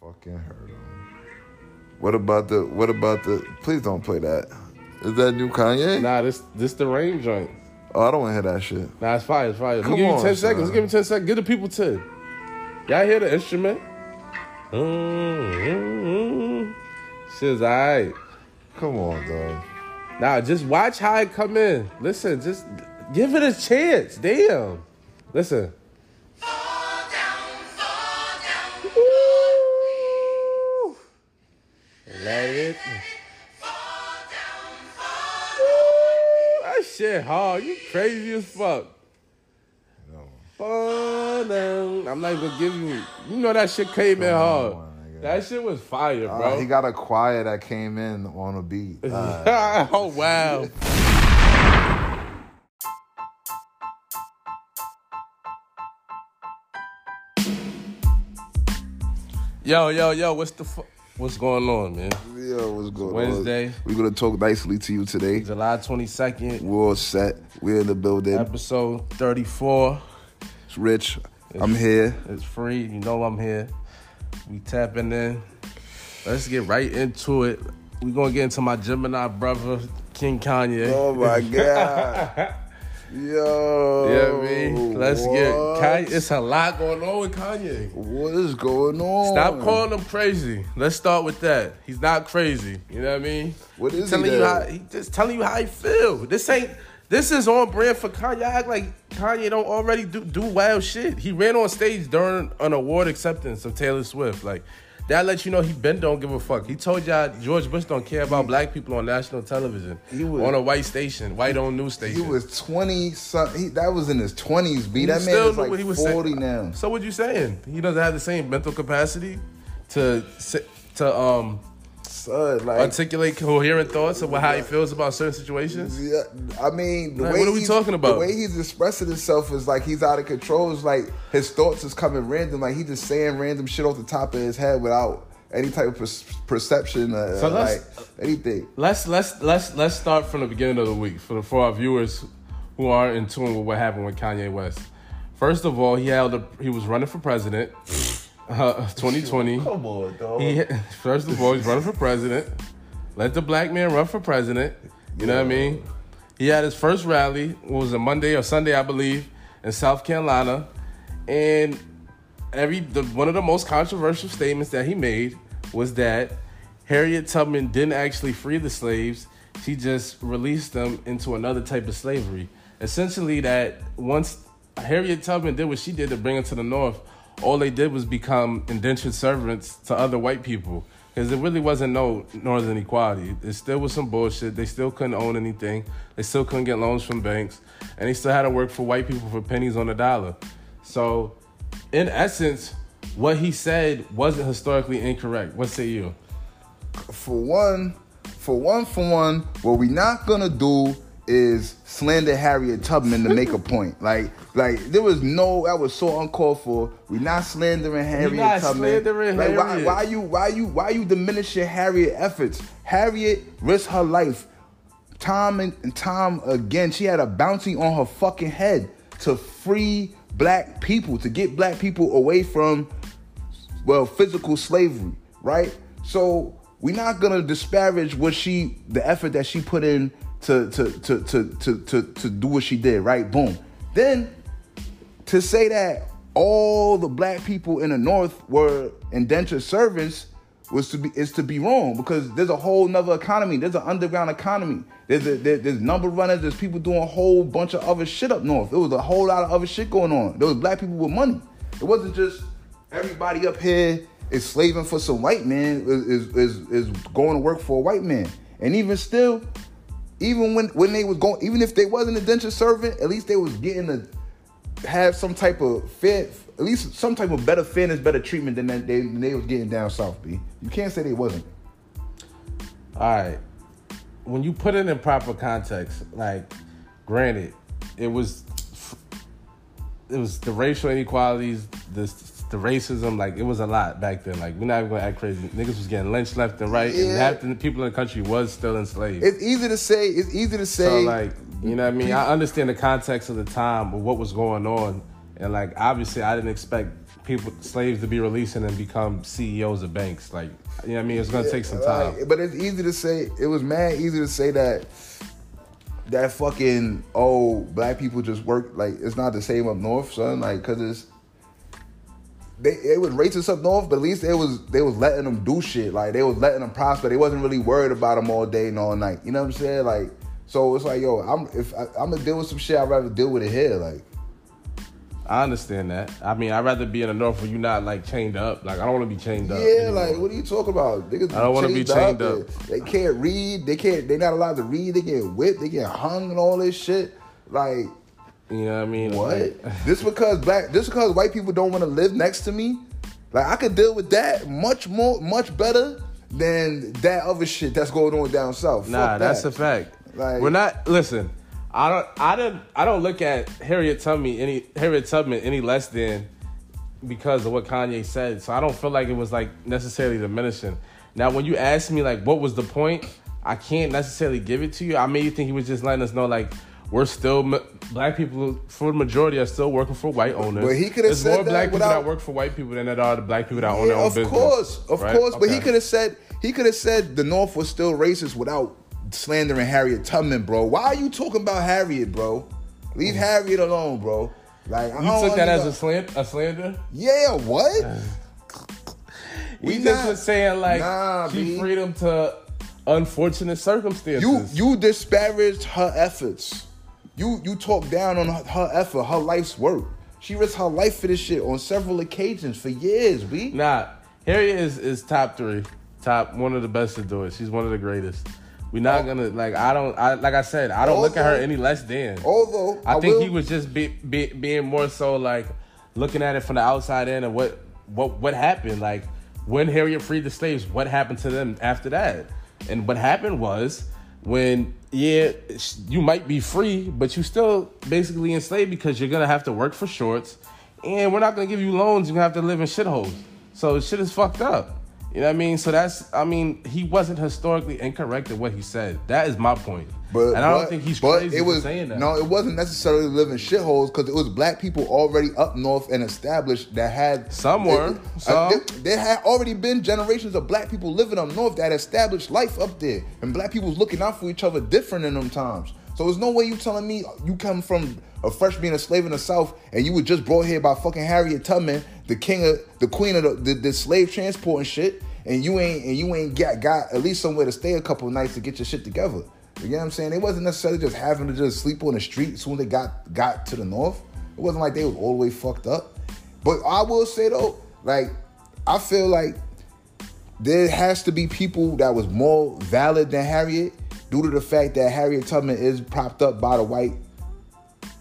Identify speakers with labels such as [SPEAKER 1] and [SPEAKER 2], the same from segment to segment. [SPEAKER 1] fucking hurt him. What about the? What about the? Please don't play that. Is that new Kanye?
[SPEAKER 2] Nah, this this the rain joint.
[SPEAKER 1] Oh, I don't want to hear that shit.
[SPEAKER 2] Nah, it's fire, it's fire.
[SPEAKER 1] Come
[SPEAKER 2] we give
[SPEAKER 1] on,
[SPEAKER 2] you 10
[SPEAKER 1] son.
[SPEAKER 2] seconds. Give me 10 seconds. Give the people 10. Y'all hear the instrument? Mm-hmm. Shit's all right.
[SPEAKER 1] Come on, dog.
[SPEAKER 2] Now, just watch how it come in. Listen, just give it a chance. Damn. Listen. Woo. Let it. Woo. That shit hard. You crazy as fuck.
[SPEAKER 1] No.
[SPEAKER 2] Fall down. I'm not even gonna give you. You know that shit came in
[SPEAKER 1] Come
[SPEAKER 2] hard.
[SPEAKER 1] on, nigga.
[SPEAKER 2] that shit was fire,
[SPEAKER 1] Uh,
[SPEAKER 2] bro.
[SPEAKER 1] he got a choir that came in on a beat. Uh,
[SPEAKER 2] oh wow. Yo, yo, yo, what's the fu- what's going on, man?
[SPEAKER 1] yo, what's going on?
[SPEAKER 2] Wednesday.
[SPEAKER 1] We're gonna talk nicely to you today.
[SPEAKER 2] July 22nd,
[SPEAKER 1] We're all set. We're in the building.
[SPEAKER 2] episode 34.
[SPEAKER 1] It's Rich. I'm here.
[SPEAKER 2] It's free. You know I'm here. We tapping in. Let's get right into it. we gonna get into my Gemini brother, King Kanye.
[SPEAKER 1] Oh my god. Yo.
[SPEAKER 2] Yeah, man. Let's get
[SPEAKER 1] what?
[SPEAKER 2] Kanye. It's a lot going on with Kanye.
[SPEAKER 1] What is going on?
[SPEAKER 2] Stop calling him crazy. Let's start with that. He's not crazy. You know what I mean?
[SPEAKER 1] What is he
[SPEAKER 2] telling you?
[SPEAKER 1] then?
[SPEAKER 2] How, he just telling you how he feel. This ain't. This is on brand for Kanye. I act like Kanye don't already do do wild shit. He ran on stage during an award acceptance of Taylor Swift. Like that lets you know he been don't give a fuck. He told y'all George Bush don't care about black people on national television,
[SPEAKER 1] He was-
[SPEAKER 2] on a white station, white owned news station.
[SPEAKER 1] He was 20 something. He, that was in his 20s, B. That
[SPEAKER 2] He
[SPEAKER 1] man
[SPEAKER 2] still
[SPEAKER 1] is
[SPEAKER 2] knew
[SPEAKER 1] like
[SPEAKER 2] what he was
[SPEAKER 1] 40
[SPEAKER 2] saying.
[SPEAKER 1] now.
[SPEAKER 2] So what you saying? He doesn't have the same mental capacity to si- to um
[SPEAKER 1] Son, like,
[SPEAKER 2] articulate coherent thoughts about how he feels about certain situations.
[SPEAKER 1] yeah, I mean, the
[SPEAKER 2] Like,
[SPEAKER 1] way
[SPEAKER 2] what are we
[SPEAKER 1] he's-
[SPEAKER 2] talking about?
[SPEAKER 1] The way he's expressing himself is like he's out of control. It's like his thoughts is coming random. Like he just saying random shit off the top of his head without any type of per- perception or
[SPEAKER 2] So
[SPEAKER 1] uh, like
[SPEAKER 2] let's-
[SPEAKER 1] anything.
[SPEAKER 2] Let's let's let's let's start from the beginning of the week for the, for our viewers who aren't in tune with what happened with Kanye West. First of all, he held a, he was running for president, uh, 2020.
[SPEAKER 1] Come on, dog.
[SPEAKER 2] He, first of all, he's running for president. Let the black man run for president. You know what I mean? He had his first rally. It was a Monday or Sunday, I believe, in South Carolina, and every the, one of the most controversial statements that he made was that Harriet Tubman didn't actually free the slaves. She just released them into another type of slavery. Essentially, that once Harriet Tubman did what she did to bring her to the North, all they did was become indentured servants to other white people. Because it really wasn't no Northern equality. It still was some bullshit. They still couldn't own anything. They still couldn't get loans from banks. And they still had to work for white people for pennies on the dollar. So in essence, what he said wasn't historically incorrect. What say you?
[SPEAKER 1] for one, for one, for one, what we not gonna do is slander Harriet Tubman to make a point. Like, like there was no that was so uncalled for. We not slandering Harriet
[SPEAKER 2] not
[SPEAKER 1] Tubman.
[SPEAKER 2] slandering
[SPEAKER 1] like, Why,
[SPEAKER 2] Harriet.
[SPEAKER 1] why you, why you, why you diminishing Harriet efforts? Harriet risked her life time and, and time again. She had a bounty on her fucking head to free black people, to get black people away from well, physical slavery, right? So we're not gonna disparage what she, the effort that she put in to to to to to to, to do what she did, right? Boom. Then to say that all the black people in the North were indentured servants was to be is to be wrong because there's a whole nother economy. There's an underground economy. There's a, there, there's number runners. There's people doing a whole bunch of other shit up north. There was a whole lot of other shit going on. There was black people with money. It wasn't just everybody up here is slaving for some white man is is is, is going to work for a white man. And even still, even when when they was going, even if they wasn't indentured servant, at least they was getting a have some type of fair, at least some type of better fairness, better treatment than that they than they was getting down south. B, you can't say they wasn't.
[SPEAKER 2] All right. When you put it in proper context, like, granted, it was, it was the racial inequalities, this, the racism, like it was a lot back then. Like we're not even gonna act crazy. Niggas was getting lynched left and right, and
[SPEAKER 1] Yeah.
[SPEAKER 2] half the people in the country was still enslaved.
[SPEAKER 1] It's easy to say. It's easy to say.
[SPEAKER 2] So like, you know what I mean? I understand the context of the time of what was going on And like obviously, I didn't expect people slaves to be releasing and become CEOs of banks. Like you know, what I mean, it's gonna take some time.
[SPEAKER 1] Like, but it's easy to say. It was mad easy to say that. That fucking oh, black people just work like it's not the same up north, son. Like, cause it's they it was racist up north, but at least it was they was letting them do shit. Like they was letting them prosper. They wasn't really worried about them all day and all night. You know what I'm saying? Like, so it's like, yo, I'm if I, I'm gonna deal with some shit, I'd rather deal with it here. Like,
[SPEAKER 2] I understand that. I mean, I'd rather be in the north where you're not like chained up. Like I don't want to be chained up.
[SPEAKER 1] Yeah,
[SPEAKER 2] anymore.
[SPEAKER 1] like what are you talking about? Niggas
[SPEAKER 2] I don't wanna be chained up.
[SPEAKER 1] They can't read. They can't. They're not allowed to read. They get whipped. They get hung and all this shit. Like
[SPEAKER 2] you know what I mean?
[SPEAKER 1] what?
[SPEAKER 2] Like,
[SPEAKER 1] this because black. This because white people don't want to live next to me. Like I could deal with that much more, much better than that other shit that's going on down south.
[SPEAKER 2] Nah,
[SPEAKER 1] Fuck
[SPEAKER 2] that's
[SPEAKER 1] that.
[SPEAKER 2] a fact.
[SPEAKER 1] Like-
[SPEAKER 2] We're not listen. I don't. I don't. I don't look at Harriet Tubman any Harriet Tubman any less than because of what Kanye said. So I don't feel like it was like necessarily diminishing. Now, when you ask me like what was the point, I can't necessarily give it to you. I made you think he was just letting us know like. We're still ma- black people. For the majority, are still working for white owners.
[SPEAKER 1] But he coulda
[SPEAKER 2] There's
[SPEAKER 1] said
[SPEAKER 2] more
[SPEAKER 1] that
[SPEAKER 2] black people
[SPEAKER 1] without-
[SPEAKER 2] that work for white people than there are the black people that own
[SPEAKER 1] Yeah,
[SPEAKER 2] their own
[SPEAKER 1] of
[SPEAKER 2] business.
[SPEAKER 1] course, of
[SPEAKER 2] right?
[SPEAKER 1] course. But he
[SPEAKER 2] Okay.
[SPEAKER 1] could have said he could have said the North was still racist without slandering Harriet Tubman, bro. Why are you talking about Harriet, bro? Leave Harriet alone, bro. Like I
[SPEAKER 2] Mm. You
[SPEAKER 1] don't
[SPEAKER 2] took that as
[SPEAKER 1] under-
[SPEAKER 2] a slant, a slander.
[SPEAKER 1] yeah. What?
[SPEAKER 2] We
[SPEAKER 1] We
[SPEAKER 2] just
[SPEAKER 1] not-
[SPEAKER 2] was saying like
[SPEAKER 1] Nah,
[SPEAKER 2] keep
[SPEAKER 1] B.
[SPEAKER 2] freedom to unfortunate circumstances.
[SPEAKER 1] You you disparaged her efforts. You you talked down on her, her effort, her life's work. She risked her life for this shit on several occasions for years. B.
[SPEAKER 2] nah, Harriet is is top three, top one of the best to do it. She's one of the greatest. We're not
[SPEAKER 1] Oh.
[SPEAKER 2] gonna like I don't I like I said I don't look at her
[SPEAKER 1] Although-
[SPEAKER 2] any less than.
[SPEAKER 1] although,
[SPEAKER 2] I
[SPEAKER 1] I
[SPEAKER 2] think
[SPEAKER 1] will-
[SPEAKER 2] he was just be, be, being more so like looking at it from the outside in and what what what happened like when Harriet freed the slaves what happened to them after that and what happened was when yeah sh- you might be free but you still basically enslaved because you're gonna have to work for shorts and we're not gonna give you loans you're gonna have to live in shitholes so shit is fucked up you know what I mean so that's I mean he wasn't historically incorrect in what he said that is my point
[SPEAKER 1] But
[SPEAKER 2] and I don't
[SPEAKER 1] but-
[SPEAKER 2] think he's
[SPEAKER 1] but
[SPEAKER 2] crazy
[SPEAKER 1] it was,
[SPEAKER 2] for saying that
[SPEAKER 1] No, it wasn't necessarily living shitholes because it was black people already up north and established that had
[SPEAKER 2] Some were,
[SPEAKER 1] It- it-
[SPEAKER 2] some.
[SPEAKER 1] uh, there- there had already been generations of black people living up north that established life up there, and black people was looking out for each other different in them times. So there's no way you telling me you come from a fresh being a slave in the South and you were just brought here by fucking Harriet Tubman, the king of the queen of the, the, the slave transport and shit, and you ain't and you ain't got got at least somewhere to stay a couple of nights to get your shit together. You know what I'm saying? It wasn't necessarily just having to just sleep on the street soon they got got to the north. It wasn't like they was all the way fucked up. But I will say though, like I feel like there has to be people that was more valid than Harriet due to the fact that Harriet Tubman is propped up by the white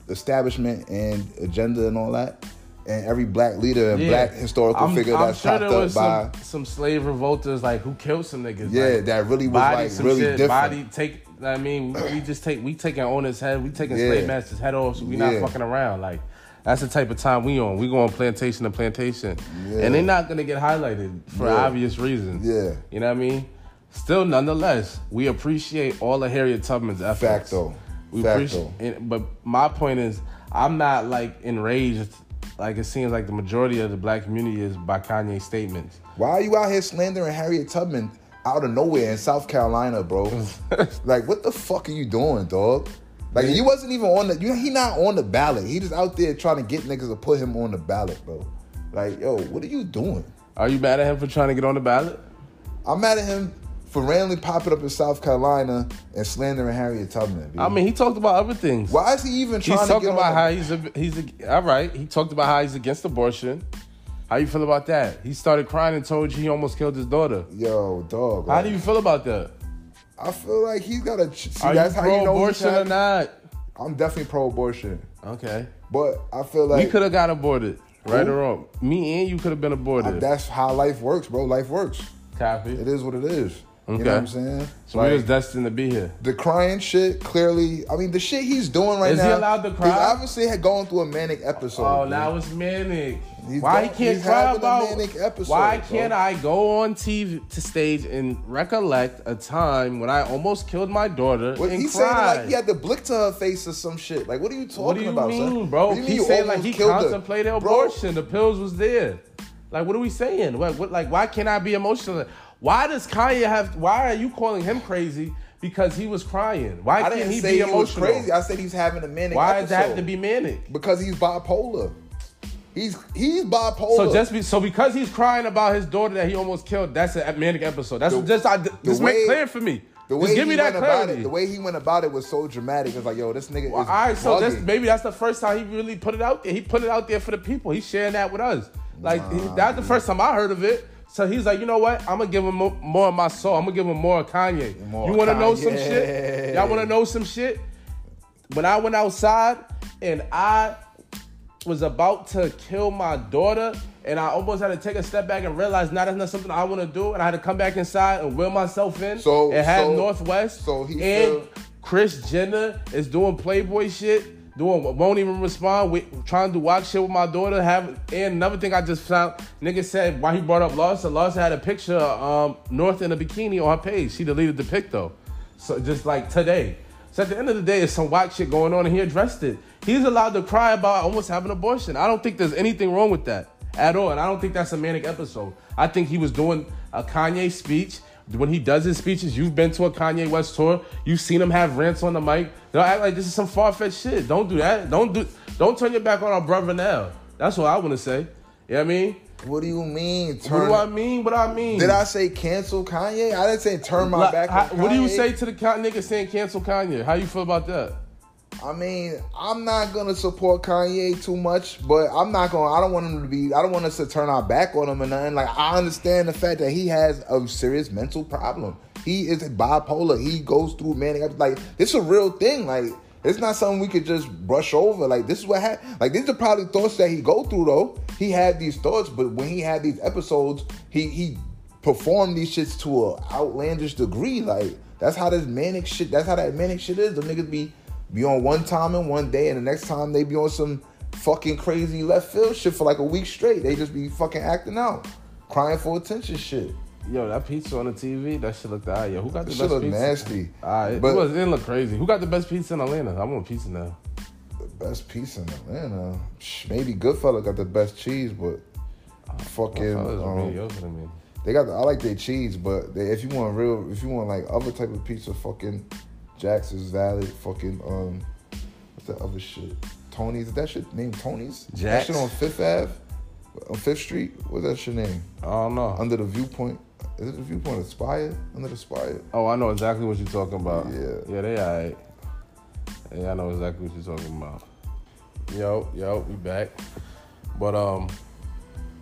[SPEAKER 1] establishment and agenda and all that. And every black leader and
[SPEAKER 2] Yeah.
[SPEAKER 1] black historical
[SPEAKER 2] I'm-
[SPEAKER 1] figure
[SPEAKER 2] I'm
[SPEAKER 1] that's
[SPEAKER 2] sure
[SPEAKER 1] propped
[SPEAKER 2] there
[SPEAKER 1] up
[SPEAKER 2] was
[SPEAKER 1] by
[SPEAKER 2] some, some slave revolters like who killed some niggas.
[SPEAKER 1] Yeah,
[SPEAKER 2] like,
[SPEAKER 1] that really was
[SPEAKER 2] body,
[SPEAKER 1] like
[SPEAKER 2] some
[SPEAKER 1] really
[SPEAKER 2] shit,
[SPEAKER 1] different.
[SPEAKER 2] Body take. I mean, we just take we taking owner's head. We taking
[SPEAKER 1] Yeah.
[SPEAKER 2] slave master's head off. So we
[SPEAKER 1] Yeah.
[SPEAKER 2] not fucking around. Like that's the type of time we on. We go on plantation to plantation,
[SPEAKER 1] Yeah.
[SPEAKER 2] and they're not gonna get highlighted for
[SPEAKER 1] Yeah.
[SPEAKER 2] obvious reasons.
[SPEAKER 1] Yeah.
[SPEAKER 2] you know what I mean. Still, nonetheless, we appreciate all of Harriet Tubman's efforts.
[SPEAKER 1] Facto.
[SPEAKER 2] We
[SPEAKER 1] Facto.
[SPEAKER 2] appreciate, and- but my point is, I'm not like enraged. Like it seems like the majority of the black community is by Kanye's statements.
[SPEAKER 1] Why are you out here slandering Harriet Tubman out of nowhere in South Carolina, bro? like, what the fuck are you doing, dog? Like, you wasn't even on the. You, he not on the ballot. He just out there trying to get niggas to put him on the ballot, bro. Like, yo, what are you doing?
[SPEAKER 2] Are you mad at him for trying to get on the ballot?
[SPEAKER 1] I'm mad at him for randomly popping up in South Carolina and slandering Harriet Tubman. dude.
[SPEAKER 2] I mean, he talked about other things.
[SPEAKER 1] why is he even
[SPEAKER 2] He's
[SPEAKER 1] trying to
[SPEAKER 2] talking
[SPEAKER 1] get on
[SPEAKER 2] about
[SPEAKER 1] the-
[SPEAKER 2] how he's a, he's a, all right. He talked about how he's against abortion. How you feel about that? He started crying and told you he almost killed his daughter.
[SPEAKER 1] Yo, dog.
[SPEAKER 2] How
[SPEAKER 1] like,
[SPEAKER 2] do you feel about that?
[SPEAKER 1] I feel like he's got a. See,
[SPEAKER 2] Are
[SPEAKER 1] that's
[SPEAKER 2] you
[SPEAKER 1] how you know he's
[SPEAKER 2] pro-abortion or
[SPEAKER 1] had-
[SPEAKER 2] not?
[SPEAKER 1] I'm definitely pro-abortion,
[SPEAKER 2] Okay,
[SPEAKER 1] but I feel
[SPEAKER 2] we
[SPEAKER 1] like
[SPEAKER 2] could have got aborted, right
[SPEAKER 1] Who?
[SPEAKER 2] or wrong. Me and you could have been aborted.
[SPEAKER 1] that's how life works, bro. Life works.
[SPEAKER 2] Copy.
[SPEAKER 1] It is what it is. You know what I'm saying?
[SPEAKER 2] So
[SPEAKER 1] Like,
[SPEAKER 2] we was destined to be here.
[SPEAKER 1] the crying shit, clearly, I mean, the shit he's doing right
[SPEAKER 2] Is he
[SPEAKER 1] now.
[SPEAKER 2] allowed to
[SPEAKER 1] He's
[SPEAKER 2] cry?
[SPEAKER 1] obviously had going through a manic episode.
[SPEAKER 2] Oh,
[SPEAKER 1] bro.
[SPEAKER 2] now it's manic.
[SPEAKER 1] He's
[SPEAKER 2] why
[SPEAKER 1] got-
[SPEAKER 2] he can't
[SPEAKER 1] he's
[SPEAKER 2] cry
[SPEAKER 1] having a
[SPEAKER 2] about?
[SPEAKER 1] manic episode,
[SPEAKER 2] why
[SPEAKER 1] bro.
[SPEAKER 2] can't I go on TV to stage and recollect a time when I almost killed my daughter
[SPEAKER 1] What,
[SPEAKER 2] and
[SPEAKER 1] he's saying
[SPEAKER 2] cried?
[SPEAKER 1] like he had the blick to her face or some shit. Like, what are you talking
[SPEAKER 2] what do you
[SPEAKER 1] about,
[SPEAKER 2] mean,
[SPEAKER 1] son?
[SPEAKER 2] bro?
[SPEAKER 1] What do you mean
[SPEAKER 2] He's
[SPEAKER 1] you
[SPEAKER 2] saying like
[SPEAKER 1] almost
[SPEAKER 2] he
[SPEAKER 1] killed her?
[SPEAKER 2] contemplated
[SPEAKER 1] Bro,
[SPEAKER 2] abortion. The pills was there. Like, what are we saying? What, what, like, why can't I be emotional? Why does Kanye have? Why are you calling him crazy because he was crying? Why
[SPEAKER 1] I
[SPEAKER 2] can't
[SPEAKER 1] didn't
[SPEAKER 2] he
[SPEAKER 1] say
[SPEAKER 2] be
[SPEAKER 1] he was
[SPEAKER 2] emotional?
[SPEAKER 1] crazy. I said he's having a manic
[SPEAKER 2] why
[SPEAKER 1] episode.
[SPEAKER 2] does that have to be manic?
[SPEAKER 1] Because he's bipolar. He's he's bipolar.
[SPEAKER 2] So just be, so because he's crying about his daughter that he almost killed, that's a manic episode. That's just I, just
[SPEAKER 1] way-
[SPEAKER 2] make clear for me.
[SPEAKER 1] the way
[SPEAKER 2] just give
[SPEAKER 1] he
[SPEAKER 2] me that
[SPEAKER 1] went about
[SPEAKER 2] clarity.
[SPEAKER 1] it, the way he went about it was so dramatic. It's like, yo, this nigga
[SPEAKER 2] All
[SPEAKER 1] is
[SPEAKER 2] right, so that's
[SPEAKER 1] bugging.
[SPEAKER 2] maybe that's the first time he really put it out there. He put it out there for the people. He's sharing that with us. Like he- that's the first time I heard of it. So he's like, you know what? I'm gonna give him mo- more of my soul. I'm gonna give him more of Kanye.
[SPEAKER 1] More
[SPEAKER 2] you wanna know some
[SPEAKER 1] Kanye.
[SPEAKER 2] shit? Y'all wanna know some shit? When I went outside and I was about to kill my daughter, and I almost had to take a step back and realize, now that's not something I want to do, and I had to come back inside and will myself in.
[SPEAKER 1] So-
[SPEAKER 2] and have
[SPEAKER 1] so-
[SPEAKER 2] Northwest.
[SPEAKER 1] so he
[SPEAKER 2] and
[SPEAKER 1] feel-
[SPEAKER 2] Chris Jenner is doing Playboy shit, doing won't even respond. With, trying to do watch shit with my daughter. Have and another thing I just found, nigga said why he brought up Larsa. Larsa had a picture of um, North in a bikini on her page. She deleted the pic though, so just like today. So at the end of the day, it's some whack shit going on, and he addressed it. He's allowed to cry about almost having an abortion. I don't think there's anything wrong with that at all, and I don't think that's a manic episode. I think he was doing a Kanye speech when he does his speeches, you've been to a Kanye West tour, you've seen him have rants on the mic. Don't act like this is some far fetched shit. Don't do that. Don't do. Don't turn your back on our brother now. That's what I want to say. You know what I mean?
[SPEAKER 1] What do you mean?
[SPEAKER 2] What
[SPEAKER 1] Turn,
[SPEAKER 2] do I mean? What I mean?
[SPEAKER 1] did I say cancel Kanye? I didn't say turn my
[SPEAKER 2] Like,
[SPEAKER 1] back
[SPEAKER 2] how-
[SPEAKER 1] on Kanye.
[SPEAKER 2] what do you say to the con- nigga saying cancel Kanye? How you feel about that?
[SPEAKER 1] I mean, I'm not gonna support Kanye too much, but I'm not gonna. I don't want him to be. I don't want us to turn our back on him or nothing. Like I understand the fact that he has a serious mental problem. He is bipolar. He goes through manic. episodes. Like this is a real thing. Like it's not something we could just brush over. Like this is what happened. Like these are probably thoughts that he go through though. He had these thoughts, but when he had these episodes, he he performed these shits to a outlandish degree. Like that's how this manic shit. That's how that manic shit is. The niggas be be on one time and one day, and the next time they be on some fucking crazy left field shit for like a week straight. They just be fucking acting out, crying for attention shit.
[SPEAKER 2] Yo, that pizza on the TV, that shit looked alright. Yo, who got the
[SPEAKER 1] That shit
[SPEAKER 2] best
[SPEAKER 1] look
[SPEAKER 2] pizza?
[SPEAKER 1] nasty.
[SPEAKER 2] All right,
[SPEAKER 1] But-
[SPEAKER 2] it, was, it didn't look crazy. Who got the best pizza in Atlanta? I want pizza now.
[SPEAKER 1] The best pizza in Atlanta. Shh, Maybe Goodfella got the best cheese, but fucking
[SPEAKER 2] That was
[SPEAKER 1] um,
[SPEAKER 2] mediocre to me.
[SPEAKER 1] they got. The, I like their cheese, but they, if you want real, if you want like other type of pizza, fucking Jack's is valid. Fucking um, what's that other shit? Tony's. Is that shit named Tony's? That
[SPEAKER 2] Jack's.
[SPEAKER 1] shit on Fifth Ave, on Fifth Street. What's that shit name?
[SPEAKER 2] I don't know.
[SPEAKER 1] under the viewpoint. Is it the viewpoint Aspire? Under the Spire?
[SPEAKER 2] Oh, I know exactly what you're talking about.
[SPEAKER 1] Yeah.
[SPEAKER 2] Yeah, they alright. Yeah, I know exactly what you're talking about. Yo, yo, we back. But um,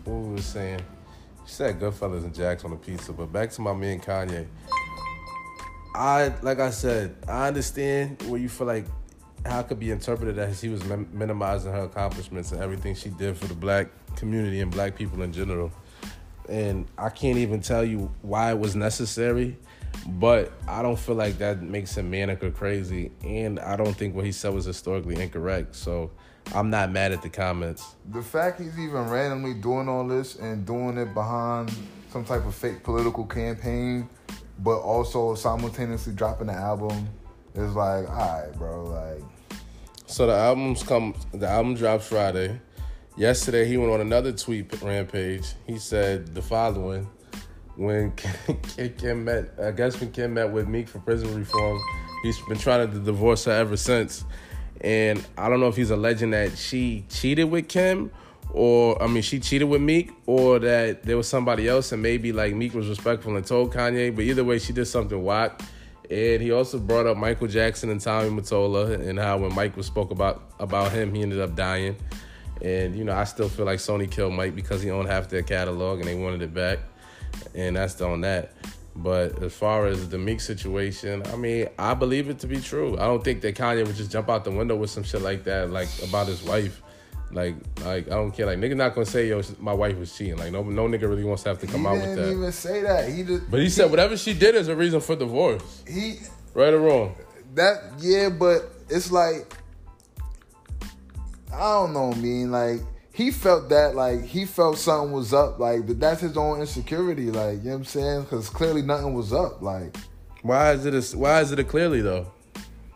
[SPEAKER 2] what we was saying? You said Goodfellas and Jacks on the pizza, but back to my man Kanye. I like I said, I understand where you feel like how it could be interpreted as he was min- minimizing her accomplishments and everything she did for the black community and black people in general. And I can't even tell you why it was necessary, but I don't feel like that makes him manic or crazy. And I don't think what he said was historically incorrect. So I'm not mad at the comments.
[SPEAKER 1] The fact he's even randomly doing all this and doing it behind some type of fake political campaign, but also simultaneously dropping the album is like, all right, bro. Like,
[SPEAKER 2] So the album's come. The album drops Friday. Yesterday, he went on another tweet rampage. He said the following: When Kim- Kim met, I guess when Kim met with Meek for prison reform, he's been trying to divorce her ever since. And I don't know if he's alleging that she cheated with Kim, or I mean, she cheated with Meek, or that there was somebody else, and maybe like Meek was respectful and told Kanye. But either way, she did something whack. And he also brought up Michael Jackson and Tommy Mottola and how when Mike was spoke about about him, he ended up dying. And you know, I still feel like Sony killed Mike because he owned half their catalog and they wanted it back. And that's on that. But as far as the Meek situation, I mean, I believe it to be true. I don't think that Kanye would just jump out the window with some shit like that, like about his wife. Like, like I don't care. Like, nigga, not gonna say yo, my wife was cheating. Like, no, no nigga really wants to have to come
[SPEAKER 1] He
[SPEAKER 2] out with
[SPEAKER 1] didn't
[SPEAKER 2] that.
[SPEAKER 1] even say that. He just
[SPEAKER 2] But he said whatever she did is a reason for divorce,
[SPEAKER 1] he
[SPEAKER 2] right or wrong.
[SPEAKER 1] that yeah, but it's like I don't know, mean like he felt that like he felt something was up, like but that's his own insecurity, like you know what I'm saying? Because clearly nothing was up, like
[SPEAKER 2] Why is it? A, why is it a clearly though?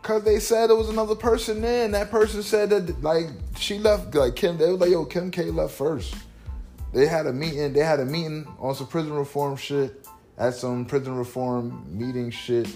[SPEAKER 1] because they said there was another person there, and that person said that like she left, like Kim. They were like, yo, Kim K left first. They had a meeting. They had a meeting on some prison reform shit at some prison reform meeting shit,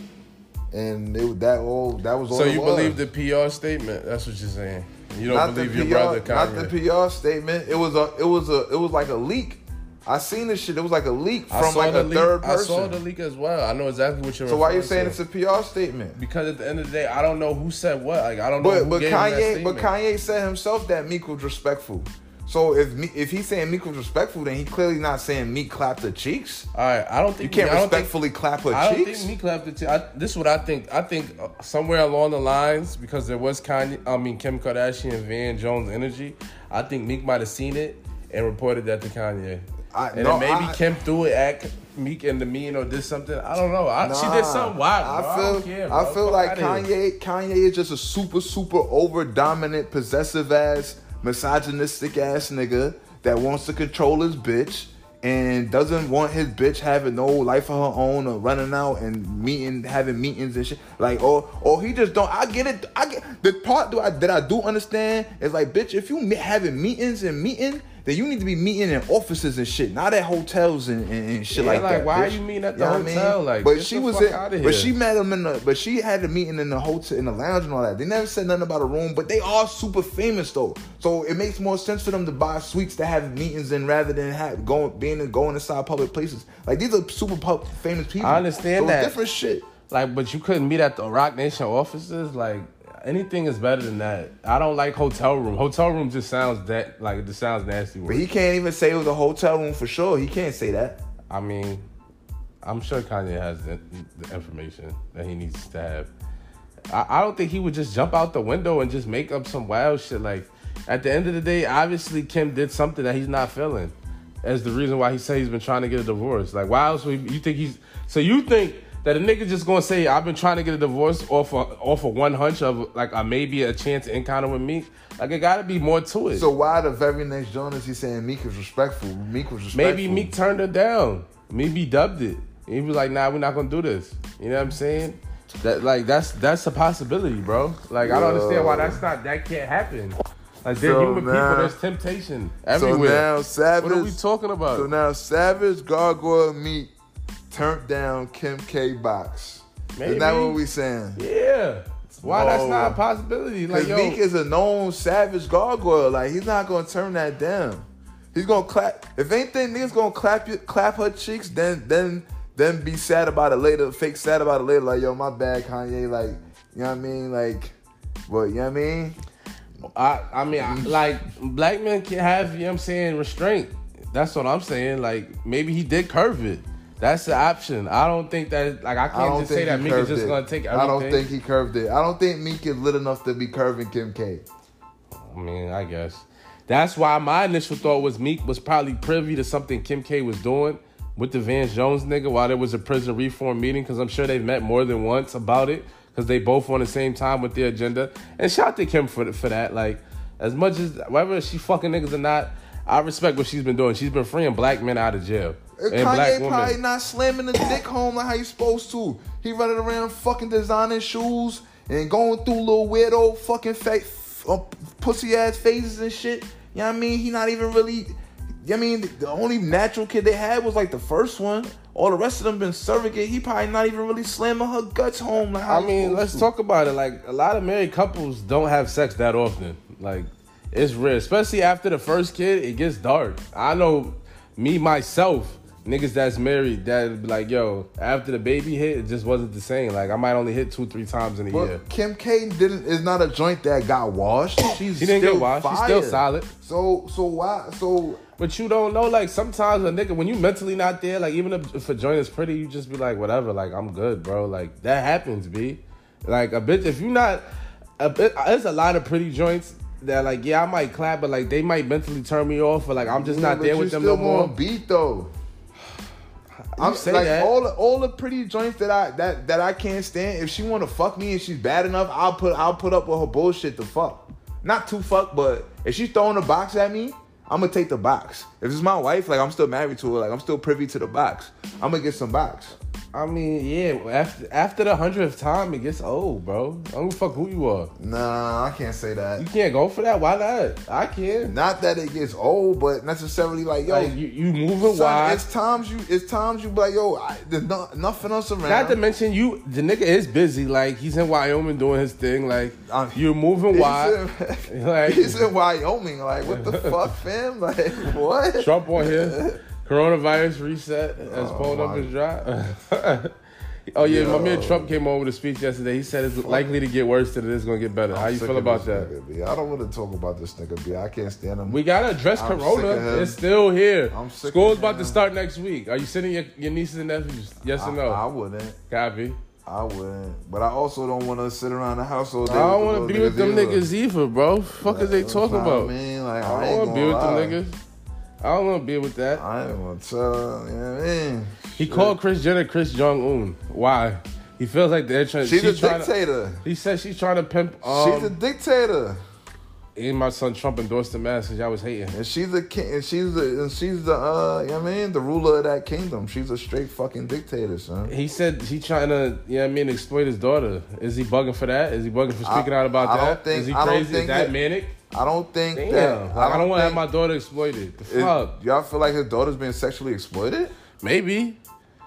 [SPEAKER 1] and it was that all. That was all.
[SPEAKER 2] so
[SPEAKER 1] it
[SPEAKER 2] you
[SPEAKER 1] was.
[SPEAKER 2] believe the PR statement? That's what you're saying. You don't
[SPEAKER 1] not the
[SPEAKER 2] believe
[SPEAKER 1] PR,
[SPEAKER 2] your brother
[SPEAKER 1] not
[SPEAKER 2] Kanye.
[SPEAKER 1] the PR statement. It was a, it was a, it was like a leak. I seen this shit. It was like a leak
[SPEAKER 2] I
[SPEAKER 1] from
[SPEAKER 2] saw
[SPEAKER 1] like
[SPEAKER 2] the
[SPEAKER 1] a
[SPEAKER 2] leak-
[SPEAKER 1] third
[SPEAKER 2] I saw the
[SPEAKER 1] person.
[SPEAKER 2] leak as well. I know exactly what you're.
[SPEAKER 1] So why you
[SPEAKER 2] referring
[SPEAKER 1] saying
[SPEAKER 2] to.
[SPEAKER 1] it's a PR statement?
[SPEAKER 2] Because at the end of the day, I don't know who said what. Like I don't know.
[SPEAKER 1] But
[SPEAKER 2] who
[SPEAKER 1] but
[SPEAKER 2] gave him that
[SPEAKER 1] Kanye but
[SPEAKER 2] statement.
[SPEAKER 1] Kanye said himself that Meek was respectful. So if Me- if he's saying Meek was respectful, then he clearly not saying Meek clapped her cheeks.
[SPEAKER 2] All right, I don't think
[SPEAKER 1] You can't
[SPEAKER 2] I don't think-
[SPEAKER 1] respectfully clap her
[SPEAKER 2] I don't
[SPEAKER 1] cheeks.
[SPEAKER 2] think me clapped the cheek. I, this is what I think. I think uh, somewhere along the lines, because there was Kanye, I mean Kim Kardashian, Van Jones energy. I think Meek might have seen it and reported that to Kanye.
[SPEAKER 1] I-
[SPEAKER 2] and
[SPEAKER 1] no,
[SPEAKER 2] then maybe
[SPEAKER 1] I-
[SPEAKER 2] Kim threw it at Meek and the mean or did something. I don't know. I, she
[SPEAKER 1] Nah,
[SPEAKER 2] did something wild.
[SPEAKER 1] I
[SPEAKER 2] bro.
[SPEAKER 1] feel
[SPEAKER 2] I, don't care, bro.
[SPEAKER 1] I feel
[SPEAKER 2] Fuck
[SPEAKER 1] like
[SPEAKER 2] outta here.
[SPEAKER 1] Kanye Kanye is just a super super over dominant possessive ass misogynistic ass nigga that wants to control his bitch and doesn't want his bitch having no life of her own or running out and meeting having meetings and shit like or or he just don't I get it I get the part do I, that I do understand is like bitch if you me- having meetings and meeting then you need to be meeting in offices and shit not at hotels and, and, and shit
[SPEAKER 2] Yeah,
[SPEAKER 1] like,
[SPEAKER 2] like,
[SPEAKER 1] that
[SPEAKER 2] why
[SPEAKER 1] bitch.
[SPEAKER 2] you meeting at the
[SPEAKER 1] know what I mean?
[SPEAKER 2] hotel? Like,
[SPEAKER 1] but
[SPEAKER 2] get
[SPEAKER 1] she
[SPEAKER 2] the
[SPEAKER 1] was
[SPEAKER 2] fuck
[SPEAKER 1] in
[SPEAKER 2] outta
[SPEAKER 1] but
[SPEAKER 2] here.
[SPEAKER 1] she met him in the but she had a meeting in the hotel in the lounge and all that. They never said nothing about a room, but they are super famous though. So it makes more sense for them to buy suites to have meetings in rather than have going being going inside public places. Like these are super pub, famous people.
[SPEAKER 2] I understand
[SPEAKER 1] So it's
[SPEAKER 2] that.
[SPEAKER 1] different shit.
[SPEAKER 2] Like, but you couldn't meet at the Rock Nation offices. Like, anything is better than that. I don't like hotel room. Hotel room just sounds that like it just sounds nasty.
[SPEAKER 1] But he can't even say it was a hotel room for sure. He can't say that.
[SPEAKER 2] I mean, I'm sure Kanye has the, the information that he needs to have. I, I don't think he would just jump out the window and just make up some wild shit. Like, at the end of the day, obviously Kim did something that he's not feeling. As the reason why he said he's been trying to get a divorce. Like, why else would he, you think he's? So you think that a nigga just gonna say I've been trying to get a divorce off a, off of one hunch of like a, maybe a chance encounter with me? Like, it gotta be more to it.
[SPEAKER 1] So why the very next joint is he saying Meek is respectful? Meek was respectful.
[SPEAKER 2] Maybe Meek turned her down. Maybe he dubbed it. He was like, "Nah, we're not gonna do this." You know what I'm saying? That like that's that's a possibility, bro. Like I don't understand why that's not that can't happen. Like they're
[SPEAKER 1] So
[SPEAKER 2] human
[SPEAKER 1] now-
[SPEAKER 2] people. There's temptation
[SPEAKER 1] so
[SPEAKER 2] everywhere.
[SPEAKER 1] now Savage
[SPEAKER 2] what are we talking about?
[SPEAKER 1] So now Savage Gargoyle Meat turned down Kim K box. Is that
[SPEAKER 2] Maybe.
[SPEAKER 1] what we saying?
[SPEAKER 2] yeah. Why that's
[SPEAKER 1] No.
[SPEAKER 2] not a possibility? Like
[SPEAKER 1] Because
[SPEAKER 2] yo,
[SPEAKER 1] Meek is a known Savage Gargoyle. Like he's not gonna turn that down. He's gonna clap. If anything, niggas gonna clap you, clap her cheeks. Then then then be sad about it later. Fake sad about it later. Like yo, my bad, Kanye. Like you know what I mean? Like. But you know what I mean?
[SPEAKER 2] I I mean I, like black men can have you know what I'm saying restraint. That's what I'm saying. Like maybe he did curve it. That's the option. I don't think that like I
[SPEAKER 1] I
[SPEAKER 2] can't
[SPEAKER 1] don't
[SPEAKER 2] just
[SPEAKER 1] think
[SPEAKER 2] say that
[SPEAKER 1] he
[SPEAKER 2] Meek is
[SPEAKER 1] curved
[SPEAKER 2] just
[SPEAKER 1] it.
[SPEAKER 2] gonna take everything.
[SPEAKER 1] I don't think he curved it. I don't think Meek is lit enough to be curving Kim K.
[SPEAKER 2] I mean, I guess. That's why my initial thought was Meek was probably privy to something Kim K was doing with the Vance Jones nigga while there was a prison reform meeting, because I'm sure they've met more than once about it, because they both on the same time with their agenda. And shout out to Kim for, for that. Like, as much as whether she fucking niggas or not, I respect what she's been doing. She's been freeing black men out of jail. And
[SPEAKER 1] Kanye
[SPEAKER 2] black women.
[SPEAKER 1] probably not slamming his dick home like how you supposed to. He running around fucking designing shoes and going through little weirdo fucking fa- uh, pussy ass phases and shit. You know what I mean? He not even really. I mean, the only natural kid they had was like the first one. All the rest of them been surrogate. He probably not even really slamming her guts home. Like how
[SPEAKER 2] I
[SPEAKER 1] you
[SPEAKER 2] mean,
[SPEAKER 1] supposed
[SPEAKER 2] let's
[SPEAKER 1] to.
[SPEAKER 2] talk about it. Like a lot of married couples don't have sex that often. Like it's rare, especially after the first kid. It gets dark. I know me myself, niggas that's married that be like yo after the baby hit, it just wasn't the same. Like I might only hit two, three times in a
[SPEAKER 1] But
[SPEAKER 2] year.
[SPEAKER 1] Kim K didn't is not a joint that got washed. She's
[SPEAKER 2] She didn't
[SPEAKER 1] still
[SPEAKER 2] get washed. She's still
[SPEAKER 1] fire.
[SPEAKER 2] solid.
[SPEAKER 1] So so why so
[SPEAKER 2] But you don't know, like sometimes a nigga when you mentally not there, like even if, if a joint is pretty, you just be like, whatever, like I'm good, bro. Like that happens, b. Like a bitch, if you not, a bit, there's a lot of pretty joints that like yeah I might clap, but like they might mentally turn me off, or like I'm just not
[SPEAKER 1] but
[SPEAKER 2] there
[SPEAKER 1] you
[SPEAKER 2] with them no
[SPEAKER 1] still
[SPEAKER 2] more.
[SPEAKER 1] on beat though. I'm
[SPEAKER 2] say
[SPEAKER 1] like
[SPEAKER 2] that.
[SPEAKER 1] all the, all the pretty joints that I that that I can't stand. If she want to fuck me and she's bad enough, I'll put I'll put up with her bullshit to fuck. Not to fuck, but if she's throwing a box at me, I'm gonna take the box. If it's my wife, like I'm still married to her, like I'm still privy to the box. I'm gonna get some box.
[SPEAKER 2] I mean, yeah. After after the hundredth time, it gets old, bro. I don't give a fuck who you are.
[SPEAKER 1] Nah, I can't say
[SPEAKER 2] You
[SPEAKER 1] that.
[SPEAKER 2] can't go for that. Why not? I can.
[SPEAKER 1] Not that it gets old, but necessarily like yo,
[SPEAKER 2] Like you, you moving
[SPEAKER 1] son,
[SPEAKER 2] wide.
[SPEAKER 1] it's times you it's times you be like yo, I, there's no, nothing else around.
[SPEAKER 2] Not to mention you, the nigga is busy. Like he's in Wyoming doing his thing. Like
[SPEAKER 1] I'm-
[SPEAKER 2] you're moving wide.
[SPEAKER 1] He's in,
[SPEAKER 2] Like-
[SPEAKER 1] he's in Wyoming. Like, what the fuck, fam? Like, what?
[SPEAKER 2] Trump on here. Coronavirus reset as
[SPEAKER 1] Oh,
[SPEAKER 2] pulled up
[SPEAKER 1] my-
[SPEAKER 2] and dry. oh yeah, my man
[SPEAKER 1] Yo.
[SPEAKER 2] Trump came on with a speech yesterday. He said it's likely to get worse than it is going to get better. How you
[SPEAKER 1] Sick
[SPEAKER 2] feel
[SPEAKER 1] of
[SPEAKER 2] about
[SPEAKER 1] this
[SPEAKER 2] that?
[SPEAKER 1] nigga, B. I don't want to talk about this nigga, B. I can't stand him.
[SPEAKER 2] We gotta address
[SPEAKER 1] I'm sick of
[SPEAKER 2] Corona.
[SPEAKER 1] him.
[SPEAKER 2] It's still here.
[SPEAKER 1] I'm sick
[SPEAKER 2] School's
[SPEAKER 1] of
[SPEAKER 2] about to
[SPEAKER 1] him.
[SPEAKER 2] start next week. Are you sending your, your nieces and nephews? Yes
[SPEAKER 1] I,
[SPEAKER 2] or no?
[SPEAKER 1] I wouldn't.
[SPEAKER 2] Copy.
[SPEAKER 1] I wouldn't. But I also don't want to sit around the house all day.
[SPEAKER 2] I don't
[SPEAKER 1] with
[SPEAKER 2] want to
[SPEAKER 1] those
[SPEAKER 2] be with them
[SPEAKER 1] either.
[SPEAKER 2] niggas either, bro. Fuck is they
[SPEAKER 1] You know
[SPEAKER 2] talking
[SPEAKER 1] what
[SPEAKER 2] about?
[SPEAKER 1] I mean, like,
[SPEAKER 2] I
[SPEAKER 1] I,
[SPEAKER 2] don't
[SPEAKER 1] ain't
[SPEAKER 2] want to
[SPEAKER 1] gonna
[SPEAKER 2] be with
[SPEAKER 1] lie. Ah,
[SPEAKER 2] them niggas. I don't want to be with that.
[SPEAKER 1] I ain't gonna tell. You know what I mean?
[SPEAKER 2] He called Chris Jenner Chris Jong Un. Why? He feels like they're trying.
[SPEAKER 1] She's
[SPEAKER 2] she's
[SPEAKER 1] a
[SPEAKER 2] trying to.
[SPEAKER 1] dictator.
[SPEAKER 2] He said she's trying to pimp. Um,
[SPEAKER 1] she's a dictator,
[SPEAKER 2] and my son Trump endorsed the mask because y'all was hating.
[SPEAKER 1] and she's a king, and she's the, and she's the, uh, you know what I mean, the ruler of that kingdom. She's a straight fucking dictator, son.
[SPEAKER 2] He said he trying to, you know what I mean, exploit his daughter. Is he bugging for that? Is he bugging for
[SPEAKER 1] I-
[SPEAKER 2] speaking out about
[SPEAKER 1] I
[SPEAKER 2] that?
[SPEAKER 1] don't think-
[SPEAKER 2] Is he
[SPEAKER 1] I don't
[SPEAKER 2] crazy? Is
[SPEAKER 1] think
[SPEAKER 2] that,
[SPEAKER 1] that-
[SPEAKER 2] manic?
[SPEAKER 1] I don't think
[SPEAKER 2] Damn.
[SPEAKER 1] that.
[SPEAKER 2] Like, I don't, want to have
[SPEAKER 1] think
[SPEAKER 2] my daughter exploited. The
[SPEAKER 1] it-
[SPEAKER 2] fuck?
[SPEAKER 1] y'all feel like his daughter's being sexually exploited?
[SPEAKER 2] Maybe.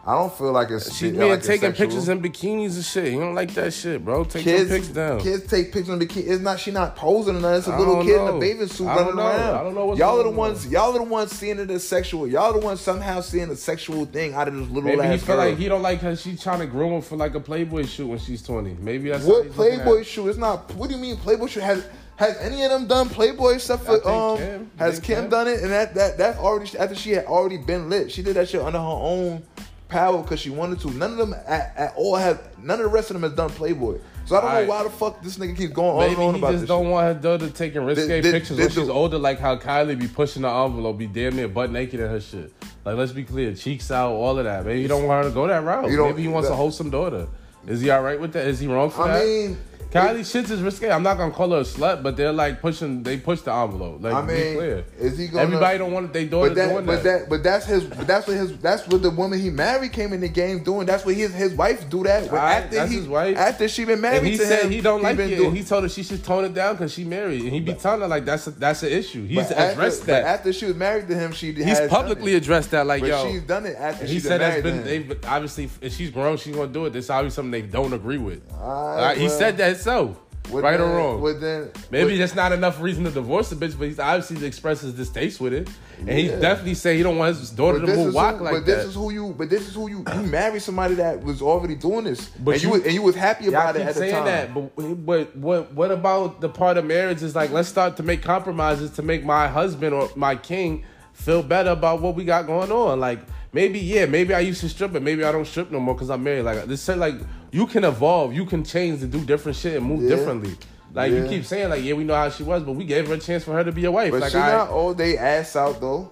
[SPEAKER 1] I don't feel like it's.
[SPEAKER 2] She's
[SPEAKER 1] like
[SPEAKER 2] being
[SPEAKER 1] it's
[SPEAKER 2] taking
[SPEAKER 1] sexual.
[SPEAKER 2] pictures in bikinis and shit. He don't like that shit, bro. Take
[SPEAKER 1] Kids,
[SPEAKER 2] some pics down.
[SPEAKER 1] kids take pictures in bikini. It's not she not posing or nothing. It's a
[SPEAKER 2] I
[SPEAKER 1] little
[SPEAKER 2] don't
[SPEAKER 1] kid in
[SPEAKER 2] know.
[SPEAKER 1] a bathing suit
[SPEAKER 2] I
[SPEAKER 1] running
[SPEAKER 2] don't know.
[SPEAKER 1] around.
[SPEAKER 2] I don't know what's
[SPEAKER 1] y'all are the
[SPEAKER 2] going
[SPEAKER 1] ones. Y'all are the ones seeing it as sexual. Y'all are the ones somehow seeing a sexual thing out of this little
[SPEAKER 2] Maybe
[SPEAKER 1] ass
[SPEAKER 2] he feel
[SPEAKER 1] girl.
[SPEAKER 2] like he don't like her. She trying to groom him for like a Playboy shoot when she's twenty. Maybe that's how
[SPEAKER 1] what
[SPEAKER 2] he's looking
[SPEAKER 1] Playboy
[SPEAKER 2] At. it.
[SPEAKER 1] shoe? It's not. What do you mean Playboy shoe? Has has any of them done Playboy stuff?
[SPEAKER 2] I
[SPEAKER 1] For,
[SPEAKER 2] think
[SPEAKER 1] um,
[SPEAKER 2] Kim. You
[SPEAKER 1] has
[SPEAKER 2] think
[SPEAKER 1] Kim,
[SPEAKER 2] Kim?
[SPEAKER 1] done it? And that that that already after she had already been lit, she did that shit under her own power because she wanted to. None of them at, at all have. None of the rest of them has done Playboy. So I don't
[SPEAKER 2] Alright.
[SPEAKER 1] know why the fuck this nigga keeps going on
[SPEAKER 2] Maybe
[SPEAKER 1] and on
[SPEAKER 2] he
[SPEAKER 1] about
[SPEAKER 2] just
[SPEAKER 1] this.
[SPEAKER 2] don't
[SPEAKER 1] shit.
[SPEAKER 2] want her daughter taking risque
[SPEAKER 1] did- did
[SPEAKER 2] pictures when
[SPEAKER 1] the-
[SPEAKER 2] she's older, like how Kylie be pushing the envelope, be damn near butt naked in her shit. Like let's be clear, cheeks out, all of that. Maybe he don't want her to go that route.
[SPEAKER 1] You don't-
[SPEAKER 2] Maybe he wants
[SPEAKER 1] that-
[SPEAKER 2] a wholesome daughter. Is he all right with that? Is he wrong for
[SPEAKER 1] I
[SPEAKER 2] that?
[SPEAKER 1] mean,
[SPEAKER 2] Kylie shits is risque. I'm not gonna call her a slut, but they're like pushing. They push the envelope. Like
[SPEAKER 1] I
[SPEAKER 2] be
[SPEAKER 1] mean,
[SPEAKER 2] clear.
[SPEAKER 1] is he gonna?
[SPEAKER 2] Everybody don't want their daughter
[SPEAKER 1] But that,
[SPEAKER 2] doing
[SPEAKER 1] but
[SPEAKER 2] that.
[SPEAKER 1] that, but that's his. But that's what his. That's what the woman he married came in the game doing. That's what his his wife do that. When-
[SPEAKER 2] Alright,
[SPEAKER 1] after
[SPEAKER 2] that's
[SPEAKER 1] he,
[SPEAKER 2] his wife.
[SPEAKER 1] After she been married
[SPEAKER 2] And he
[SPEAKER 1] to
[SPEAKER 2] said
[SPEAKER 1] him,
[SPEAKER 2] he don't like
[SPEAKER 1] been
[SPEAKER 2] it.
[SPEAKER 1] doing-
[SPEAKER 2] And he told her she should tone it down because she married. And he be telling her like that's a, that's an issue. He's
[SPEAKER 1] But after-
[SPEAKER 2] addressed
[SPEAKER 1] but
[SPEAKER 2] that.
[SPEAKER 1] after she was married to him, she
[SPEAKER 2] He's
[SPEAKER 1] has
[SPEAKER 2] publicly
[SPEAKER 1] done it.
[SPEAKER 2] addressed that. Like
[SPEAKER 1] But
[SPEAKER 2] yo,
[SPEAKER 1] she's done it after
[SPEAKER 2] and
[SPEAKER 1] she
[SPEAKER 2] he said that's been
[SPEAKER 1] married.
[SPEAKER 2] they've obviously if she's grown she's gonna do it. This obviously something they don't agree with.
[SPEAKER 1] Alright,
[SPEAKER 2] Like, he
[SPEAKER 1] well,
[SPEAKER 2] said that himself,
[SPEAKER 1] Would
[SPEAKER 2] right
[SPEAKER 1] then,
[SPEAKER 2] or wrong.
[SPEAKER 1] would then,
[SPEAKER 2] Maybe
[SPEAKER 1] would-
[SPEAKER 2] that's not enough reason to divorce the bitch, but he's obviously expressed his distaste with it, and he's
[SPEAKER 1] Yeah.
[SPEAKER 2] definitely saying he don't want his daughter to
[SPEAKER 1] this
[SPEAKER 2] move
[SPEAKER 1] is
[SPEAKER 2] walk
[SPEAKER 1] who,
[SPEAKER 2] like
[SPEAKER 1] but
[SPEAKER 2] that.
[SPEAKER 1] this is who you. But this is who you. You married somebody that was already doing this,
[SPEAKER 2] But
[SPEAKER 1] and
[SPEAKER 2] you-
[SPEAKER 1] you, was- and you was happy
[SPEAKER 2] Y'all
[SPEAKER 1] about it
[SPEAKER 2] keep
[SPEAKER 1] at the
[SPEAKER 2] saying
[SPEAKER 1] time.
[SPEAKER 2] that, but but what what about the part of marriage is like let's start to make compromises to make my husband or my king feel better about what we got going on. Like maybe yeah, maybe I used to strip, but maybe I don't strip no more because I'm married. Like this said, like you can evolve, you can change and do different shit and move
[SPEAKER 1] Yeah.
[SPEAKER 2] differently. Like you
[SPEAKER 1] Yeah.
[SPEAKER 2] keep saying, like yeah, we know how she was, but we gave her a chance for her to be a wife.
[SPEAKER 1] But
[SPEAKER 2] like
[SPEAKER 1] she
[SPEAKER 2] I,
[SPEAKER 1] not all day ass out though.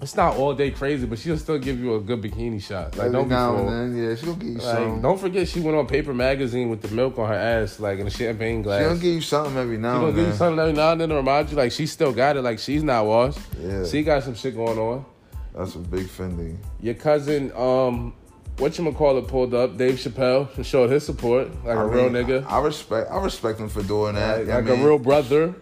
[SPEAKER 2] it's not all day crazy, but she'll still give you a good bikini shot. Like
[SPEAKER 1] Every
[SPEAKER 2] don't be
[SPEAKER 1] now
[SPEAKER 2] fooled.
[SPEAKER 1] and then, yeah, she gonna give you
[SPEAKER 2] Like,
[SPEAKER 1] something.
[SPEAKER 2] don't forget she went on Paper Magazine with the milk on her ass, like in a champagne glass.
[SPEAKER 1] She gonna give you something every
[SPEAKER 2] She
[SPEAKER 1] now
[SPEAKER 2] gonna
[SPEAKER 1] and
[SPEAKER 2] give you
[SPEAKER 1] then.
[SPEAKER 2] something every now and then to remind you, like she still got it, like she's not washed.
[SPEAKER 1] Yeah.
[SPEAKER 2] She got some shit going on.
[SPEAKER 1] That's a big Fendi.
[SPEAKER 2] Your cousin, um, whatchamacallit pulled up, Dave Chappelle, and showed his support, like a
[SPEAKER 1] I
[SPEAKER 2] real
[SPEAKER 1] mean,
[SPEAKER 2] nigga.
[SPEAKER 1] I respect. I respect him for doing that.
[SPEAKER 2] like
[SPEAKER 1] I
[SPEAKER 2] like
[SPEAKER 1] mean,
[SPEAKER 2] a real brother.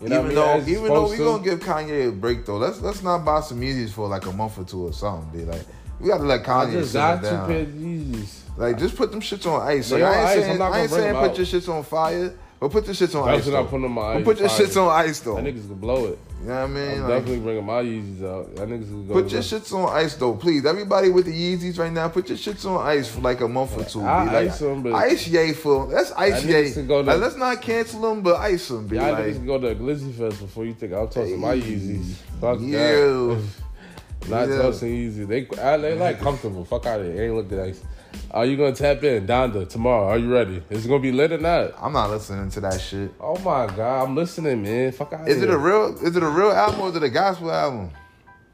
[SPEAKER 2] You know
[SPEAKER 1] even
[SPEAKER 2] what I
[SPEAKER 1] though,
[SPEAKER 2] mean? As
[SPEAKER 1] even though we
[SPEAKER 2] supposed to.
[SPEAKER 1] gonna give Kanye a break though, let's let's not buy some Yeezys for like a month or two or something. Be like, we gotta let
[SPEAKER 2] I
[SPEAKER 1] Kanye
[SPEAKER 2] just
[SPEAKER 1] sit it
[SPEAKER 2] got two
[SPEAKER 1] down.
[SPEAKER 2] pairs of Yeezys.
[SPEAKER 1] Like, just put them shits on ice.
[SPEAKER 2] They
[SPEAKER 1] Like,
[SPEAKER 2] on
[SPEAKER 1] I
[SPEAKER 2] ice,
[SPEAKER 1] ain't
[SPEAKER 2] I'm
[SPEAKER 1] saying,
[SPEAKER 2] not
[SPEAKER 1] I ain't
[SPEAKER 2] gonna
[SPEAKER 1] saying
[SPEAKER 2] bring
[SPEAKER 1] put your shits on fire, but put the shits on
[SPEAKER 2] That's
[SPEAKER 1] ice.
[SPEAKER 2] when I
[SPEAKER 1] though.
[SPEAKER 2] put them on
[SPEAKER 1] But
[SPEAKER 2] ice,
[SPEAKER 1] put your
[SPEAKER 2] fire.
[SPEAKER 1] shits on ice though.
[SPEAKER 2] That
[SPEAKER 1] You
[SPEAKER 2] niggas can blow it.
[SPEAKER 1] know what I mean?
[SPEAKER 2] I'm
[SPEAKER 1] Like,
[SPEAKER 2] definitely bringing my Yeezys out. That niggas can go.
[SPEAKER 1] Put your shits on ice though, please. Everybody with the Yeezys right now, put your shits on ice for like a month or two. B.
[SPEAKER 2] I
[SPEAKER 1] like,
[SPEAKER 2] ice 'em, but-
[SPEAKER 1] ice yay for that's ice
[SPEAKER 2] niggas
[SPEAKER 1] yay.
[SPEAKER 2] should go to-
[SPEAKER 1] Like, let's not cancel them, but ice them. Be
[SPEAKER 2] Y'all
[SPEAKER 1] like,
[SPEAKER 2] niggas can go to a Glizzy Fest before you think I'm tossing my
[SPEAKER 1] Hey,
[SPEAKER 2] Yeezys. Fuck that.
[SPEAKER 1] ew.
[SPEAKER 2] Not
[SPEAKER 1] Yeah.
[SPEAKER 2] tough and easy. They I, they like comfortable. Fuck out of here. It ain't looking nice. Are you gonna tap in, Donda, tomorrow? Are you ready? Is it gonna be lit or not?
[SPEAKER 1] I'm not listening to that shit.
[SPEAKER 2] Oh my god, I'm listening, man. Fuck out.
[SPEAKER 1] Is
[SPEAKER 2] here.
[SPEAKER 1] it a real? Is it a real album or is it a gospel album?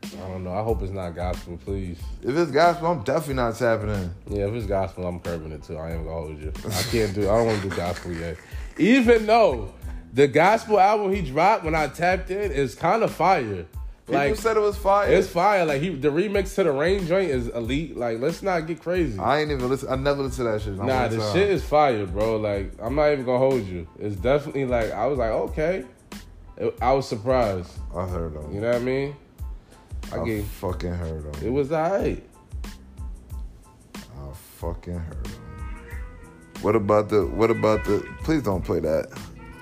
[SPEAKER 2] I don't know. I hope it's not gospel, please.
[SPEAKER 1] If it's gospel, I'm definitely not tapping in.
[SPEAKER 2] Yeah, if it's gospel, I'm curbing it too. I ain't gonna hold you. I can't do. I don't want to do gospel yet. Even though the gospel album he dropped when I tapped in is kind of fire.
[SPEAKER 1] People
[SPEAKER 2] Like
[SPEAKER 1] said it was fire.
[SPEAKER 2] it's fire. Like he the remix to the rain joint is elite. Like let's not get crazy.
[SPEAKER 1] I ain't even listen. I never listen to that shit. not
[SPEAKER 2] Nah,
[SPEAKER 1] one
[SPEAKER 2] the
[SPEAKER 1] time.
[SPEAKER 2] shit is fire, bro. Like, I'm not even gonna hold you. It's definitely like I was like, okay. It- I was surprised.
[SPEAKER 1] I heard them.
[SPEAKER 2] You know what I mean? I
[SPEAKER 1] I
[SPEAKER 2] gave
[SPEAKER 1] fucking heard
[SPEAKER 2] it
[SPEAKER 1] them.
[SPEAKER 2] was alright.
[SPEAKER 1] I fucking heard them. What about the? What about the? Please don't play that.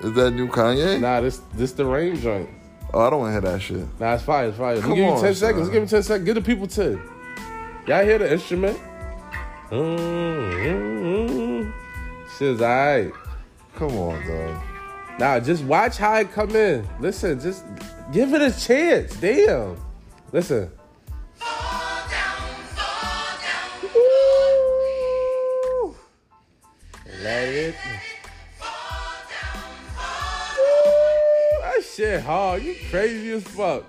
[SPEAKER 1] Is that new Kanye?
[SPEAKER 2] Nah, this this the rain joint.
[SPEAKER 1] Oh, I don't want to hear that shit.
[SPEAKER 2] Nah, it's fire, it's fire. Let
[SPEAKER 1] Come
[SPEAKER 2] me give you
[SPEAKER 1] on,
[SPEAKER 2] ten seconds.
[SPEAKER 1] son.
[SPEAKER 2] Give me ten seconds. Give the people ten. Y'all hear the instrument? Mm-hmm. Shit's alright.
[SPEAKER 1] Come on, dog.
[SPEAKER 2] Nah, just watch how it come in. Listen, just give it a chance. Damn. Listen. Woo. Let it. Woo. That shit hard. You crazy as fuck.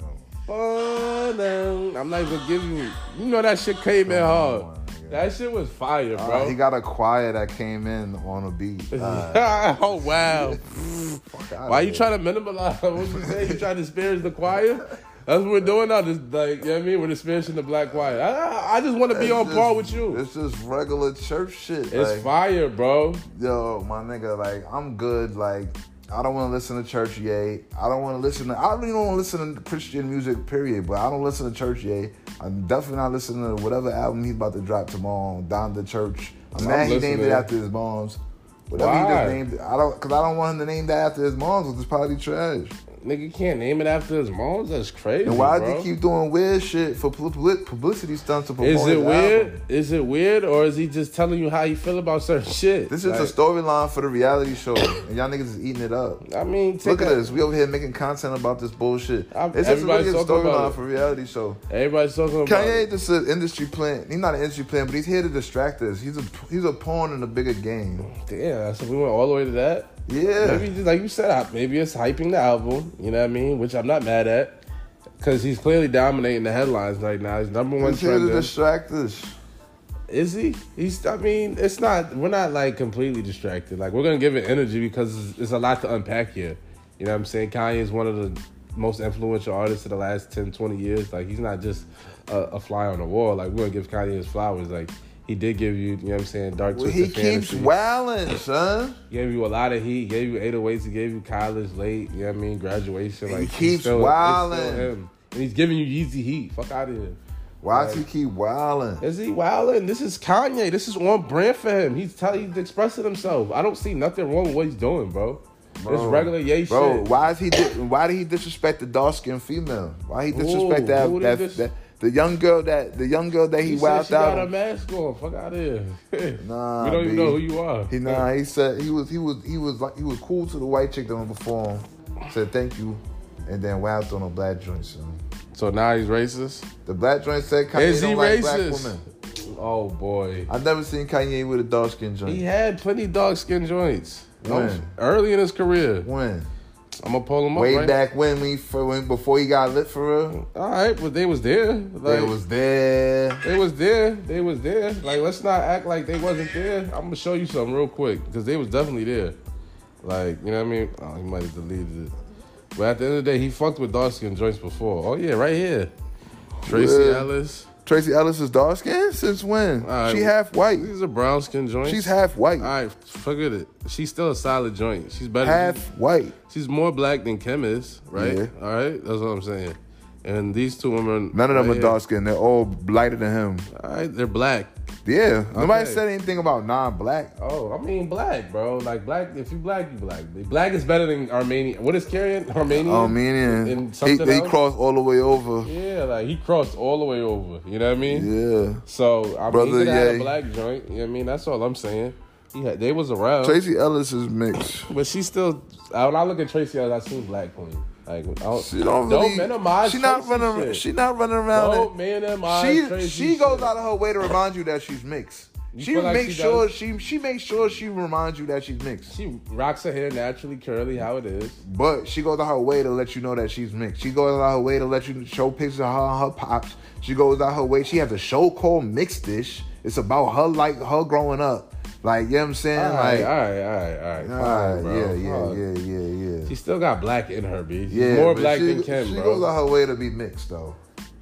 [SPEAKER 1] No.
[SPEAKER 2] Fall down. I'm not even gonna give you. You know that shit came in hard. That shit was fire,
[SPEAKER 1] Uh,
[SPEAKER 2] bro.
[SPEAKER 1] he got a choir that came in on a beat. Uh,
[SPEAKER 2] oh wow.
[SPEAKER 1] fuck outta
[SPEAKER 2] Why you
[SPEAKER 1] here.
[SPEAKER 2] trying to minimize? What you say? You trying to disparage the choir? That's what we're doing now. Just like you know what I mean, we're disparaging the black choir. I- I, I just want to be
[SPEAKER 1] It's
[SPEAKER 2] on
[SPEAKER 1] just-
[SPEAKER 2] par with you. It's,
[SPEAKER 1] It's just regular church shit. like,
[SPEAKER 2] fire, bro.
[SPEAKER 1] yo, my nigga, like I'm good. Like I don't want to listen to church yay. I don't want to listen to. I really don't want to listen to Christian music, period. But I don't listen to church yay. I'm definitely not listening to whatever album he's about to drop tomorrow. Don the Church. I'm
[SPEAKER 2] I'm
[SPEAKER 1] mad he named it
[SPEAKER 2] listening. after
[SPEAKER 1] after his moms. Whatever he
[SPEAKER 2] Why?
[SPEAKER 1] just named, it. I don't, cause I don't want him to name that after his moms, which is probably trash.
[SPEAKER 2] Nigga can't name it after his mom. That's crazy.
[SPEAKER 1] And why
[SPEAKER 2] bro.
[SPEAKER 1] does he keep doing weird shit for publi- publicity stunts to promote
[SPEAKER 2] Is
[SPEAKER 1] his
[SPEAKER 2] it weird?
[SPEAKER 1] album?
[SPEAKER 2] Is it weird, or is he just telling you how you feel about certain shit?
[SPEAKER 1] This is
[SPEAKER 2] Like,
[SPEAKER 1] a storyline for the reality show, and y'all niggas is eating it up.
[SPEAKER 2] I mean, take
[SPEAKER 1] Look at
[SPEAKER 2] a-
[SPEAKER 1] us. We over here making content about this bullshit.
[SPEAKER 2] I'm-
[SPEAKER 1] it's just really
[SPEAKER 2] everybody's
[SPEAKER 1] a
[SPEAKER 2] talking about
[SPEAKER 1] storyline
[SPEAKER 2] it.
[SPEAKER 1] for reality show.
[SPEAKER 2] Everybody's talking about.
[SPEAKER 1] Kanye just an industry plant. He's not an industry plant, but he's here to distract us. He's a he's a pawn in the bigger game.
[SPEAKER 2] Damn, so we went all the way to that.
[SPEAKER 1] Yeah.
[SPEAKER 2] Maybe just like you said, I- maybe it's hyping the album. You know what I mean? Which I'm not mad at, because he's clearly dominating the headlines right now. He's number one
[SPEAKER 1] He's here to
[SPEAKER 2] trending.
[SPEAKER 1] distract us.
[SPEAKER 2] Is he? He's. I mean, it's not. We're not like completely distracted. Like we're gonna give it energy because it's, it's a lot to unpack here. You know what I'm saying? Kanye is one of the most influential artists of the last 10, 20 years. Like he's not just a, a fly on the wall. Like we're gonna give Kanye his flowers. Like he did give you. You know what I'm saying? Dark
[SPEAKER 1] Well,
[SPEAKER 2] Twisted
[SPEAKER 1] he keeps
[SPEAKER 2] Fantasy.
[SPEAKER 1] wailing, son.
[SPEAKER 2] gave you a lot of heat, gave you 808s, he gave you college late, you know what I mean, graduation.
[SPEAKER 1] He
[SPEAKER 2] Like he's
[SPEAKER 1] keeps
[SPEAKER 2] still- it's still
[SPEAKER 1] wildin'.
[SPEAKER 2] him. And he's giving you Yeezy heat. Fuck out of here.
[SPEAKER 1] Why does he keep wailing?
[SPEAKER 2] Is he wilding? This is Kanye. This is on brand for him. He's telling, he's expressing himself. I don't see nothing wrong with what he's doing, bro. it's regular yay
[SPEAKER 1] Bro,
[SPEAKER 2] shit.
[SPEAKER 1] why is he? Di- why did he disrespect the dark skinned female? Why he disrespect
[SPEAKER 2] Ooh,
[SPEAKER 1] that,
[SPEAKER 2] who
[SPEAKER 1] that,
[SPEAKER 2] did dis-
[SPEAKER 1] that the young girl that the young girl that he,
[SPEAKER 2] He said
[SPEAKER 1] wowed
[SPEAKER 2] she got
[SPEAKER 1] out?
[SPEAKER 2] a mask on. Fuck out of here.
[SPEAKER 1] Nah,
[SPEAKER 2] we don't even
[SPEAKER 1] B.
[SPEAKER 2] know who you are.
[SPEAKER 1] He nah, he said he was he was he was like he was cool to the white chick that was before him. Said thank you, and then wowed on a black joint. Son.
[SPEAKER 2] So now he's racist.
[SPEAKER 1] The black joint said Kanye
[SPEAKER 2] Is
[SPEAKER 1] don't
[SPEAKER 2] he
[SPEAKER 1] like black
[SPEAKER 2] racist?
[SPEAKER 1] women.
[SPEAKER 2] Oh boy.
[SPEAKER 1] I've never seen Kanye with a dark skin joint.
[SPEAKER 2] He had plenty dark skin joints.
[SPEAKER 1] When?
[SPEAKER 2] Early in his career.
[SPEAKER 1] when
[SPEAKER 2] I'm gonna pull him up.
[SPEAKER 1] way
[SPEAKER 2] right
[SPEAKER 1] back when we for when before he got lit for real,
[SPEAKER 2] All right, but they was there. Like,
[SPEAKER 1] it was there.
[SPEAKER 2] they was there. They was there. Like, let's not act like they wasn't there. I'm gonna show you something real quick because they was definitely there. Like, you know what I mean? Oh, he might have deleted it. But at the end of the day, he fucked with dark skin joints before. Oh yeah, right here, Tracy
[SPEAKER 1] Yeah.
[SPEAKER 2] Ellis.
[SPEAKER 1] Tracy Ellis is dark skin since when?
[SPEAKER 2] right.
[SPEAKER 1] she half white.
[SPEAKER 2] These are brown skin joints.
[SPEAKER 1] She's half white.
[SPEAKER 2] All right, forget it. She's still a solid joint. She's better.
[SPEAKER 1] Half white.
[SPEAKER 2] She's more black than Kim is, right?
[SPEAKER 1] Yeah.
[SPEAKER 2] All right, that's what I'm saying. And these two women,
[SPEAKER 1] None of them
[SPEAKER 2] right
[SPEAKER 1] are
[SPEAKER 2] here.
[SPEAKER 1] dark skin. They're all lighter than him.
[SPEAKER 2] All right, they're black.
[SPEAKER 1] Yeah. Nobody
[SPEAKER 2] Okay.
[SPEAKER 1] said anything about non-black.
[SPEAKER 2] Oh, I mean black, bro. Like black. If you black, you black. Black is better than Armenian. What is Carrion? Armenian.
[SPEAKER 1] Oh, Armenian.
[SPEAKER 2] And
[SPEAKER 1] he,
[SPEAKER 2] something
[SPEAKER 1] he
[SPEAKER 2] else?
[SPEAKER 1] crossed all the way over.
[SPEAKER 2] Yeah, like he crossed all the way over. You know what I mean?
[SPEAKER 1] Yeah.
[SPEAKER 2] So I
[SPEAKER 1] Brother,
[SPEAKER 2] mean, he could have had
[SPEAKER 1] yeah.
[SPEAKER 2] a black joint. You know what I mean? That's all I'm saying. He had, they was around,
[SPEAKER 1] Tracy Ellis is mixed.
[SPEAKER 2] but she still. I- When I look at Tracy, Ellis, I seen black queen. I Like, I don't,
[SPEAKER 3] She don't really.
[SPEAKER 2] minimize.
[SPEAKER 3] She not
[SPEAKER 2] Tracy
[SPEAKER 3] running.
[SPEAKER 2] shit.
[SPEAKER 3] She not running around.
[SPEAKER 2] Don't
[SPEAKER 3] and-
[SPEAKER 2] minimize.
[SPEAKER 1] she
[SPEAKER 2] Tracy
[SPEAKER 1] she goes
[SPEAKER 2] shit.
[SPEAKER 1] out of her way to remind you that she's mixed.
[SPEAKER 2] You
[SPEAKER 1] she
[SPEAKER 2] feel like
[SPEAKER 1] makes
[SPEAKER 2] she
[SPEAKER 1] sure
[SPEAKER 2] does?
[SPEAKER 1] she she makes sure she reminds you that she's mixed.
[SPEAKER 2] She rocks her hair naturally curly, how it is.
[SPEAKER 1] But she goes out her way to let you know that she's mixed. She goes out her way to let you show pictures of her and her pops. She goes out her way. She has a show called Mixed Dish. It's about her like her growing up. Like you know what I'm saying?
[SPEAKER 2] All
[SPEAKER 1] like
[SPEAKER 2] right, all right, all right, all right.
[SPEAKER 1] ah,
[SPEAKER 2] Fine, bro.
[SPEAKER 1] yeah, yeah,
[SPEAKER 2] Fuck.
[SPEAKER 1] yeah, yeah, yeah.
[SPEAKER 2] She still got black in her, B. She's
[SPEAKER 1] Yeah,
[SPEAKER 2] more
[SPEAKER 1] but
[SPEAKER 2] black
[SPEAKER 1] she,
[SPEAKER 2] than Kim,
[SPEAKER 1] she
[SPEAKER 2] bro.
[SPEAKER 1] goes out her way to be mixed though.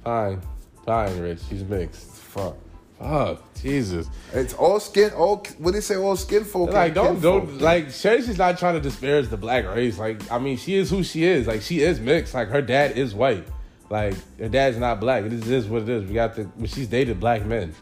[SPEAKER 2] Fine, fine, Rich. She's mixed.
[SPEAKER 1] Fuck.
[SPEAKER 2] Fuck, Jesus.
[SPEAKER 1] It's all skin. All what they say? All skin folk.
[SPEAKER 2] Like,
[SPEAKER 1] ain't
[SPEAKER 2] don't,
[SPEAKER 1] kin
[SPEAKER 2] don't,
[SPEAKER 1] folk.
[SPEAKER 2] like, Tracy's not trying to disparage the black race. Like, I mean, she is who she is. Like, she is mixed. Like, her dad is white. Like, her dad's not black. It is, it is what it is. We got the, well, she's dated black men,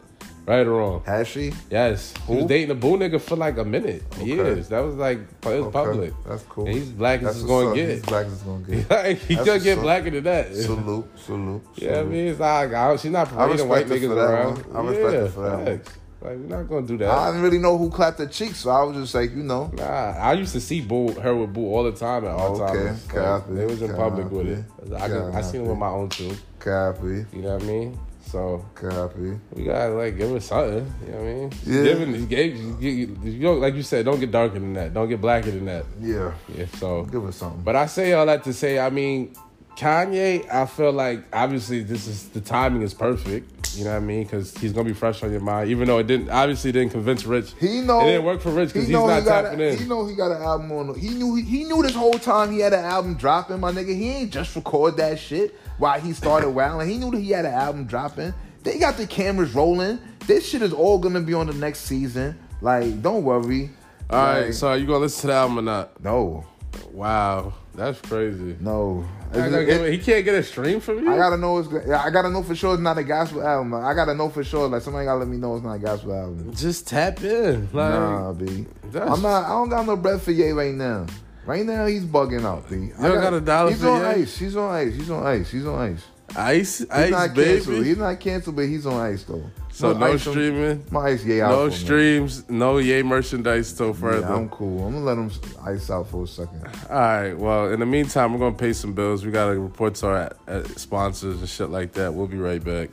[SPEAKER 2] right or wrong.
[SPEAKER 1] Has she?
[SPEAKER 2] Yes, he was dating a boo nigga for like a minute, years. That was like it was
[SPEAKER 1] Okay,
[SPEAKER 2] public.
[SPEAKER 1] that's cool.
[SPEAKER 2] And he's black as
[SPEAKER 1] That's
[SPEAKER 2] he's
[SPEAKER 1] what's
[SPEAKER 2] gonna
[SPEAKER 1] up. He's
[SPEAKER 2] get.
[SPEAKER 1] black as gonna get.
[SPEAKER 2] Like, he
[SPEAKER 1] That's
[SPEAKER 2] could
[SPEAKER 1] what's
[SPEAKER 2] get
[SPEAKER 1] up.
[SPEAKER 2] blacker than that.
[SPEAKER 1] Salute, salute.
[SPEAKER 2] Yeah, I
[SPEAKER 1] salute.
[SPEAKER 2] mean, it's not, I, she's not parading white
[SPEAKER 1] Mm-hmm. respect her
[SPEAKER 2] niggas
[SPEAKER 1] for that
[SPEAKER 2] around.
[SPEAKER 1] one. I respect her for that one.
[SPEAKER 2] facts. Like we're not gonna do that.
[SPEAKER 1] I didn't really know who clapped her cheeks, so I was just like, you know,
[SPEAKER 2] nah, I used to see boo her with boo all the time at all
[SPEAKER 1] Okay,
[SPEAKER 2] times. Like,
[SPEAKER 1] copy,
[SPEAKER 2] they was in public with it.
[SPEAKER 1] copy,
[SPEAKER 2] I could, I seen it
[SPEAKER 1] copy.
[SPEAKER 2] with my own too.
[SPEAKER 1] copy,
[SPEAKER 2] You know what I mean? So
[SPEAKER 1] copy.
[SPEAKER 2] we gotta like give her something. You know what I mean? She's
[SPEAKER 1] Yeah.
[SPEAKER 2] Giving, she gave, you, you, you don't- like you said, don't get darker than that. Don't get blacker than that.
[SPEAKER 1] Yeah,
[SPEAKER 2] Yeah. So
[SPEAKER 1] give her something.
[SPEAKER 2] But I say all that to say, I mean, Kanye, I feel like obviously this is the timing is perfect. You know what I mean? Because he's gonna be fresh on your mind, even though it didn't obviously it didn't convince Rich.
[SPEAKER 1] he know
[SPEAKER 2] it didn't work for Rich because
[SPEAKER 1] he
[SPEAKER 2] he's
[SPEAKER 1] know
[SPEAKER 2] not
[SPEAKER 1] he got
[SPEAKER 2] tapping
[SPEAKER 1] a,
[SPEAKER 2] in.
[SPEAKER 1] He know he got an album on. He knew he, he knew this whole time he had an album dropping. My nigga, he ain't just record that shit while he started wilding. He knew that he had an album dropping. They got the cameras rolling. This shit is all gonna be on the next season. Like, don't worry.
[SPEAKER 2] all right,
[SPEAKER 1] Like,
[SPEAKER 2] so are you gonna listen to the album or not?
[SPEAKER 1] no,
[SPEAKER 2] Wow, that's crazy.
[SPEAKER 1] no.
[SPEAKER 2] I gotta
[SPEAKER 1] It-
[SPEAKER 2] give
[SPEAKER 1] it-
[SPEAKER 2] it- he can't get a stream from you.
[SPEAKER 1] I gotta know it's. yeah, I gotta know for sure it's not a gospel album. Like, I gotta know for sure. Like somebody gotta let me know it's not a gospel album.
[SPEAKER 2] Just tap in, like
[SPEAKER 1] Nah, B.
[SPEAKER 2] that's-
[SPEAKER 1] I'm not. I don't got no breath for Ye right now. Right now he's bugging out, B. You
[SPEAKER 2] don't got a dollar
[SPEAKER 1] He's
[SPEAKER 2] for
[SPEAKER 1] on
[SPEAKER 2] Ye?
[SPEAKER 1] ice. He's on ice. He's on ice. He's on ice.
[SPEAKER 2] ice,
[SPEAKER 1] He's
[SPEAKER 2] ice,
[SPEAKER 1] not
[SPEAKER 2] baby.
[SPEAKER 1] canceled. He's not canceled, but he's on ice though.
[SPEAKER 2] so no,
[SPEAKER 1] ice on-
[SPEAKER 2] streaming,
[SPEAKER 1] My ice Ye out.
[SPEAKER 2] no
[SPEAKER 1] for me.
[SPEAKER 2] streams, no yay merchandise till
[SPEAKER 1] Yeah,
[SPEAKER 2] further.
[SPEAKER 1] I'm cool. I'm gonna let him ice out for a second.
[SPEAKER 2] All right. Well, in the meantime, we're gonna pay some bills. We gotta report to our uh, sponsors and shit like that. We'll be right back.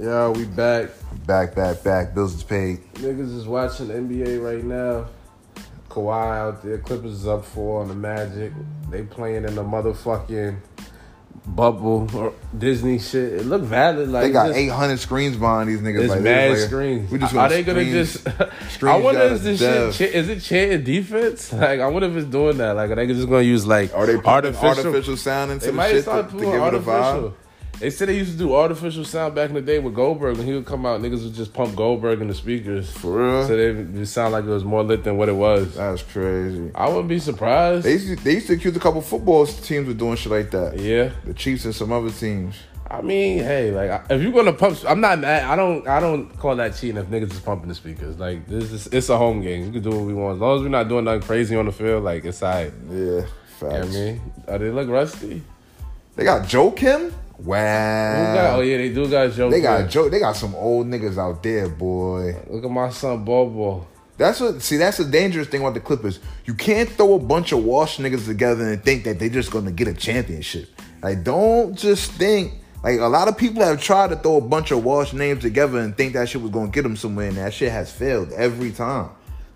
[SPEAKER 2] Yeah, we back.
[SPEAKER 1] Back, back, back. Bills is paid.
[SPEAKER 2] Niggas is watching NBA right now. Kawhi out there. Clippers is up four on the Magic. They playing in the motherfucking bubble or Disney shit. It look valid. Like
[SPEAKER 1] They got
[SPEAKER 2] it's just-
[SPEAKER 1] 800 screens behind these niggas.
[SPEAKER 2] It's
[SPEAKER 1] like,
[SPEAKER 2] mad
[SPEAKER 1] like,
[SPEAKER 2] screens.
[SPEAKER 1] We just
[SPEAKER 2] Are they gonna
[SPEAKER 1] screens-
[SPEAKER 2] just? I
[SPEAKER 1] screens
[SPEAKER 2] wonder
[SPEAKER 1] y'all
[SPEAKER 2] is this
[SPEAKER 1] to death.
[SPEAKER 2] shit cha- is it chanting defense? Like I wonder if it's doing that. Like are they just gonna use like
[SPEAKER 1] Are they putting
[SPEAKER 2] artificial?
[SPEAKER 1] artificial, sound into
[SPEAKER 2] They
[SPEAKER 1] the
[SPEAKER 2] might
[SPEAKER 1] shit to,
[SPEAKER 2] start
[SPEAKER 1] to
[SPEAKER 2] putting
[SPEAKER 1] give it a vibe?
[SPEAKER 2] artificial. They said they used to do artificial sound back in the day with Goldberg when he would come out. Niggas would just pump Goldberg in the speakers.
[SPEAKER 1] For real?
[SPEAKER 2] So they it would sound like it was more lit than what it was.
[SPEAKER 1] That's crazy.
[SPEAKER 2] I wouldn't be surprised.
[SPEAKER 1] They used, to, they used to accuse a couple football teams of doing shit like that.
[SPEAKER 2] yeah.
[SPEAKER 1] The Chiefs and some other teams.
[SPEAKER 2] I mean, hey, like I- if you're gonna pump, I'm not mad. I don't, I don't call that cheating if niggas is pumping the speakers. Like this is, it's a home game. We can do what we want as long as we're not doing nothing crazy on the field. Like it's alright.
[SPEAKER 1] Yeah,
[SPEAKER 2] You know what I
[SPEAKER 1] facts.
[SPEAKER 2] mean, oh, they look rusty.
[SPEAKER 1] they got Joe Kim.
[SPEAKER 2] Who got,
[SPEAKER 1] Wow.
[SPEAKER 2] oh yeah, they do got Joe.
[SPEAKER 1] They got
[SPEAKER 2] Kim.
[SPEAKER 1] Joe. They got some old niggas out there, boy.
[SPEAKER 2] Look at my son Bobo.
[SPEAKER 1] That's what. See, that's the dangerous thing about the Clippers. You can't throw a bunch of wash niggas together and think that they're just gonna get a championship. Like, don't just think. Like a lot of people have tried to throw a bunch of wash names together and think that shit was gonna get them somewhere, and that shit has failed every time.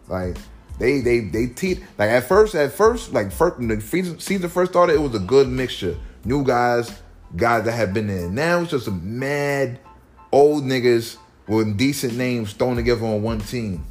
[SPEAKER 1] Like they they they teach. Like at first, at first, like first, when the season season first started, it was a good mixture. New guys, guys that have been in. Now it's just a mad old niggas with decent names thrown together on one team.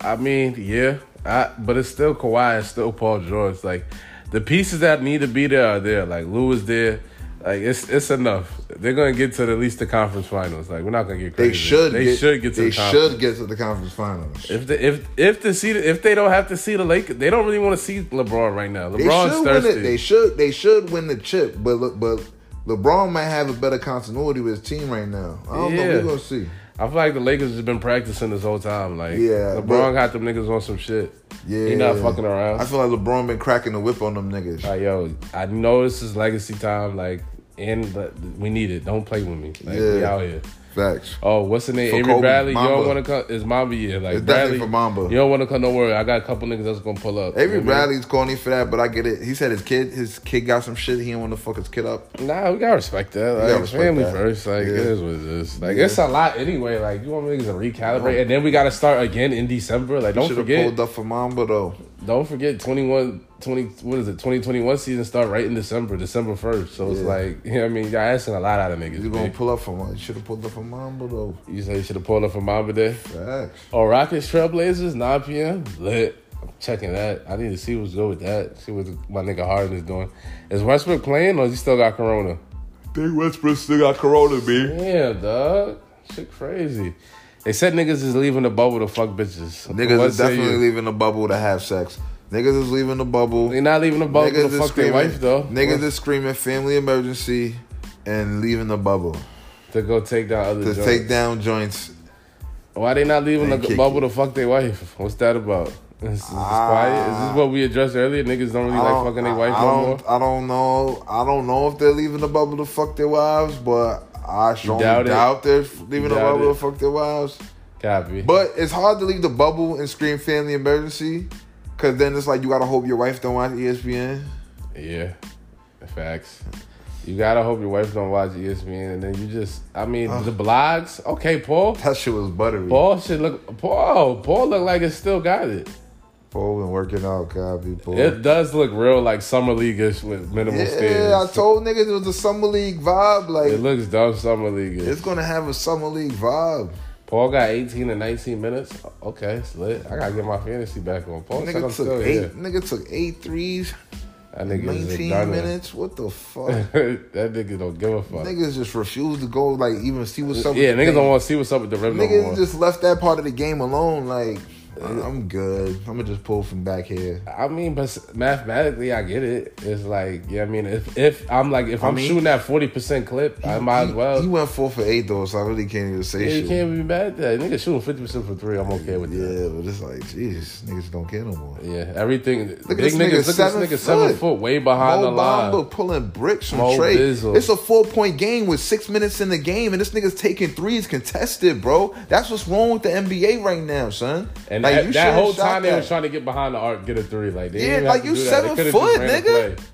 [SPEAKER 2] I mean, yeah, I, but it's still Kawhi. It's still Paul George. Like the pieces that need to be there are there. Like Lou is there. Like it's it's enough. They're gonna get to the, at least the conference finals. Like we're not gonna get crazy.
[SPEAKER 1] They should.
[SPEAKER 2] They
[SPEAKER 1] get,
[SPEAKER 2] should get to
[SPEAKER 1] They
[SPEAKER 2] the conference.
[SPEAKER 1] should get to the conference finals.
[SPEAKER 2] If the if if the see if they don't have to see the Lakers, they don't really want to see LeBron right now.
[SPEAKER 1] They
[SPEAKER 2] LeBron's
[SPEAKER 1] should
[SPEAKER 2] thirsty.
[SPEAKER 1] win it. They should. They should win the chip. But Le- but LeBron might have a better continuity with his team right now. I don't know.
[SPEAKER 2] Yeah.
[SPEAKER 1] We're gonna see.
[SPEAKER 2] I feel like the Lakers has been practicing this whole time. Like
[SPEAKER 1] Yeah,
[SPEAKER 2] LeBron
[SPEAKER 1] but-
[SPEAKER 2] got them niggas on some shit.
[SPEAKER 1] Yeah,
[SPEAKER 2] he not fucking around.
[SPEAKER 1] I feel like LeBron been cracking the whip on them niggas.
[SPEAKER 2] like yo, I know this is legacy time. Like and but we need it. Don't play with me. Like, We
[SPEAKER 1] Yeah.
[SPEAKER 2] out here.
[SPEAKER 1] Facts.
[SPEAKER 2] Oh, what's the name?
[SPEAKER 1] For
[SPEAKER 2] Avery
[SPEAKER 1] Kobe,
[SPEAKER 2] Bradley. You
[SPEAKER 1] Mamba.
[SPEAKER 2] don't want to come. It's Mamba year. Like
[SPEAKER 1] It's
[SPEAKER 2] Bradley
[SPEAKER 1] definitely for Mamba.
[SPEAKER 2] You don't want to come. Don't worry. I got a couple niggas that's gonna pull up.
[SPEAKER 1] Avery
[SPEAKER 2] You know what I mean?
[SPEAKER 1] Bradley's corny for that, but I get it. He said his kid, his kid got some shit. He didn't want to fuck his kid up.
[SPEAKER 2] Nah, we gotta respect that. Like,
[SPEAKER 1] gotta
[SPEAKER 2] it's
[SPEAKER 1] respect
[SPEAKER 2] family
[SPEAKER 1] that.
[SPEAKER 2] first. Like,
[SPEAKER 1] Yeah.
[SPEAKER 2] it is what it is. Like,
[SPEAKER 1] Yeah.
[SPEAKER 2] it's a lot anyway. Like, you want niggas to recalibrate, and then we gotta start again in December. Like, don't
[SPEAKER 1] Should have pulled
[SPEAKER 2] forget,
[SPEAKER 1] up for Mamba though.
[SPEAKER 2] don't forget, 21, 20, what is it? Twenty twenty one season start right in December, December first. So it's
[SPEAKER 1] Yeah.
[SPEAKER 2] like, you know what I mean, y'all asking a lot out of niggas.
[SPEAKER 1] You gonna
[SPEAKER 2] man.
[SPEAKER 1] pull up for Mamba? Should have pulled up for Mamba though.
[SPEAKER 2] You say you should have pulled up for Mamba Day.
[SPEAKER 1] Facts.
[SPEAKER 2] Oh, Rockets Trailblazers, 9 p.m. Lit. I'm checking that. I need to see what's good with that. See what my nigga Harden is doing. Is Westbrook playing or has he still got Corona?
[SPEAKER 1] Big Westbrook still got Corona, B.
[SPEAKER 2] Yeah, dog. Shit crazy. They said niggas is leaving the bubble to fuck bitches.
[SPEAKER 1] Niggas
[SPEAKER 2] What
[SPEAKER 1] is
[SPEAKER 2] say
[SPEAKER 1] definitely
[SPEAKER 2] you?
[SPEAKER 1] leaving the bubble to have sex. Niggas is leaving the bubble.
[SPEAKER 2] They not leaving the bubble
[SPEAKER 1] Niggas
[SPEAKER 2] to
[SPEAKER 1] is
[SPEAKER 2] fuck their
[SPEAKER 1] screaming.
[SPEAKER 2] wife though.
[SPEAKER 1] Niggas is screaming family emergency and leaving the bubble
[SPEAKER 2] to go take down other
[SPEAKER 1] to
[SPEAKER 2] joints.
[SPEAKER 1] take down joints.
[SPEAKER 2] Why they not leaving the
[SPEAKER 1] And kick
[SPEAKER 2] bubble
[SPEAKER 1] it.
[SPEAKER 2] to fuck their wife? What's that about? Is this quiet? Is this what we addressed earlier? Niggas don't really
[SPEAKER 1] Ah. I
[SPEAKER 2] like
[SPEAKER 1] don't-
[SPEAKER 2] fucking their
[SPEAKER 1] I-
[SPEAKER 2] wife
[SPEAKER 1] I
[SPEAKER 2] no
[SPEAKER 1] don't,
[SPEAKER 2] more.
[SPEAKER 1] I don't know. I don't know if they're leaving the bubble to fuck their wives, but I strongly
[SPEAKER 2] doubt
[SPEAKER 1] doubt,
[SPEAKER 2] it?
[SPEAKER 1] they're leaving the
[SPEAKER 2] Doubt
[SPEAKER 1] bubble
[SPEAKER 2] it.
[SPEAKER 1] to fuck their wives.
[SPEAKER 2] Copy.
[SPEAKER 1] But it's hard to leave the bubble and scream family emergency, cause then it's like you gotta hope your wife don't watch E ESPN.
[SPEAKER 2] Yeah, facts. You gotta hope your wife don't watch E ESPN, and then you just, I mean, the blogs. Okay, Paul.
[SPEAKER 1] That shit was buttery.
[SPEAKER 2] Paul should look. Paul. Paul look like it still got it.
[SPEAKER 1] Paul been working out, God be Paul.
[SPEAKER 2] It does look real like summer leagueish with minimal stairs.
[SPEAKER 1] Yeah, I told niggas it was a summer league vibe.
[SPEAKER 2] it
[SPEAKER 1] Like
[SPEAKER 2] looks dumb summer leagueish.
[SPEAKER 1] it's gonna have a summer league vibe.
[SPEAKER 2] Paul got 18 and 19 minutes. Okay, it's lit. I gotta get my fantasy back on. Paul said I'm
[SPEAKER 1] Nigga
[SPEAKER 2] still
[SPEAKER 1] took eight.
[SPEAKER 2] here.
[SPEAKER 1] Nigga took eight threes.
[SPEAKER 2] That nigga is a
[SPEAKER 1] 19
[SPEAKER 2] gunner.
[SPEAKER 1] minutes. What the fuck?
[SPEAKER 2] that nigga don't give a fuck.
[SPEAKER 1] niggas just refuse to go. Like even see what's up.
[SPEAKER 2] yeah,
[SPEAKER 1] with the
[SPEAKER 2] niggas
[SPEAKER 1] thing.
[SPEAKER 2] don't want to see what's up with the rim no more.
[SPEAKER 1] Niggas just left that part of the game alone. Like I'm good. I'm gonna just pull from back here.
[SPEAKER 2] I mean, but s- mathematically, I get it. It's like, yeah, I mean, if, if I'm like, if I'm
[SPEAKER 1] mean-
[SPEAKER 2] shooting that forty percent clip, I might as
[SPEAKER 1] He-
[SPEAKER 2] well.
[SPEAKER 1] He went four for eight though, so I really can't even say
[SPEAKER 2] yeah,
[SPEAKER 1] shit.
[SPEAKER 2] you can't be mad at that. Nigga shooting fifty percent for three, I'm okay with that.
[SPEAKER 1] yeah, but it's like, jeez, niggas don't care no more.
[SPEAKER 2] Yeah, everything.
[SPEAKER 1] at
[SPEAKER 2] big
[SPEAKER 1] this nigga,
[SPEAKER 2] niggas, look at this
[SPEAKER 1] seven
[SPEAKER 2] nigga seven
[SPEAKER 1] foot.
[SPEAKER 2] foot, way behind
[SPEAKER 1] Mo
[SPEAKER 2] the line.
[SPEAKER 1] Bamba pulling bricks from
[SPEAKER 2] Mo
[SPEAKER 1] Trey.
[SPEAKER 2] Bizzle.
[SPEAKER 1] It's a four point game with six minutes in the game, and this nigga's taking threes contested, bro. That's what's wrong with the NBA right now, son. Like,
[SPEAKER 2] And that,
[SPEAKER 1] you
[SPEAKER 2] that
[SPEAKER 1] should've
[SPEAKER 2] whole
[SPEAKER 1] shot
[SPEAKER 2] time they
[SPEAKER 1] that.
[SPEAKER 2] was trying to get behind the arc, get a three. Like, they
[SPEAKER 1] Yeah,
[SPEAKER 2] didn't
[SPEAKER 1] like,
[SPEAKER 2] have to
[SPEAKER 1] you
[SPEAKER 2] do that.
[SPEAKER 1] seven
[SPEAKER 2] They could've just
[SPEAKER 1] foot,
[SPEAKER 2] ran the
[SPEAKER 1] nigga.
[SPEAKER 2] play.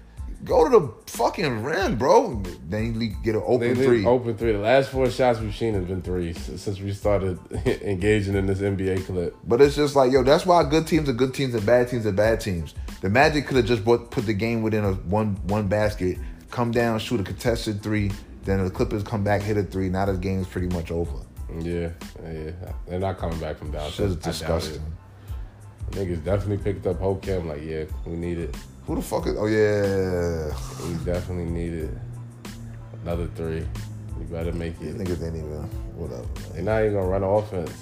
[SPEAKER 1] Go to the fucking rim, bro. Then you get an
[SPEAKER 2] They
[SPEAKER 1] open
[SPEAKER 2] leave
[SPEAKER 1] three.
[SPEAKER 2] open three. The last four shots we've seen have been threes since we started engaging in this NBA clip.
[SPEAKER 1] But it's just like, yo, that's why good teams are good teams and bad teams are bad teams. The Magic could have just brought, put the game within a one one basket, come down, shoot a contested three, then the Clippers come back, hit a three. Now the game's pretty much over.
[SPEAKER 2] Yeah, yeah, they're not coming back from down.
[SPEAKER 1] Shit's disgusting.
[SPEAKER 2] Niggas definitely picked up whole cam. Like, yeah, we need it.
[SPEAKER 1] Who the fuck is? Oh yeah,
[SPEAKER 2] We definitely need it. Another three. You better make
[SPEAKER 1] these
[SPEAKER 2] it.
[SPEAKER 1] niggas ain't even whatever. man.
[SPEAKER 2] They're not even gonna run offense,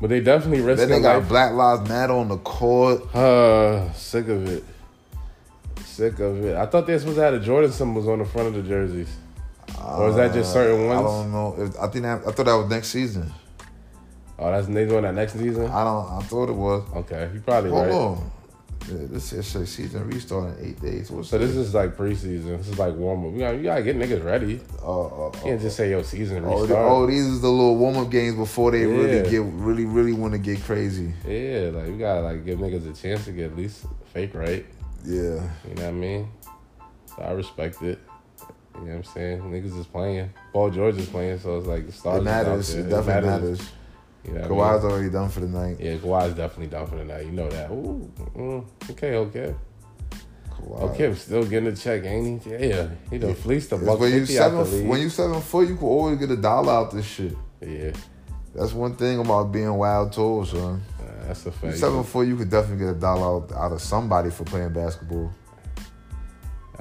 [SPEAKER 2] but they definitely
[SPEAKER 1] Then
[SPEAKER 2] risking
[SPEAKER 1] they got
[SPEAKER 2] life.
[SPEAKER 1] Black Lives Matter on the court.
[SPEAKER 2] uh, sick of it. Sick of it. I thought they were supposed to have the Jordan symbols on the front of the jerseys, or is that just certain
[SPEAKER 1] Uh, I
[SPEAKER 2] ones?
[SPEAKER 1] don't know. If, I think that, I thought that was next season.
[SPEAKER 2] Oh, that's they doing that next season.
[SPEAKER 1] I don't. I thought it was.
[SPEAKER 2] Okay, you probably
[SPEAKER 1] Hold
[SPEAKER 2] right.
[SPEAKER 1] on. Yeah, this is a season restart in eight days. What's
[SPEAKER 2] So this is like preseason. This is like warm up. You gotta, you gotta get niggas ready. You
[SPEAKER 1] Oh, oh,
[SPEAKER 2] can't just say yo season
[SPEAKER 1] Oh,
[SPEAKER 2] restart.
[SPEAKER 1] the, oh, these is the little warm up games before they
[SPEAKER 2] Yeah.
[SPEAKER 1] really get really really want to get crazy.
[SPEAKER 2] Yeah, like we gotta like give niggas a chance to get at least fake right.
[SPEAKER 1] Yeah,
[SPEAKER 2] You know what I mean? So I respect it. You know what I'm saying? Niggas is playing. Paul George is playing, so it's like the stars.
[SPEAKER 1] it
[SPEAKER 2] is
[SPEAKER 1] matters.
[SPEAKER 2] out
[SPEAKER 1] It
[SPEAKER 2] there.
[SPEAKER 1] definitely matters.
[SPEAKER 2] You know what I
[SPEAKER 1] Kawhi's
[SPEAKER 2] mean?
[SPEAKER 1] already done for the night.
[SPEAKER 2] Yeah, Kawhi's definitely down for the night. You know that. Ooh, mm, okay, okay.
[SPEAKER 1] Kawhi.
[SPEAKER 2] Okay, I'm still getting a check, ain't he? Yeah, he done fleeced the
[SPEAKER 1] It's
[SPEAKER 2] buck
[SPEAKER 1] when you
[SPEAKER 2] fifty out
[SPEAKER 1] seven
[SPEAKER 2] the league.
[SPEAKER 1] when you seven foot, you can always get a dollar out this shit.
[SPEAKER 2] yeah,
[SPEAKER 1] That's one thing about being wild told, son.
[SPEAKER 2] uh, that's a
[SPEAKER 1] You
[SPEAKER 2] fact.
[SPEAKER 1] seven foot, you could definitely get a dollar out, out of somebody for playing basketball.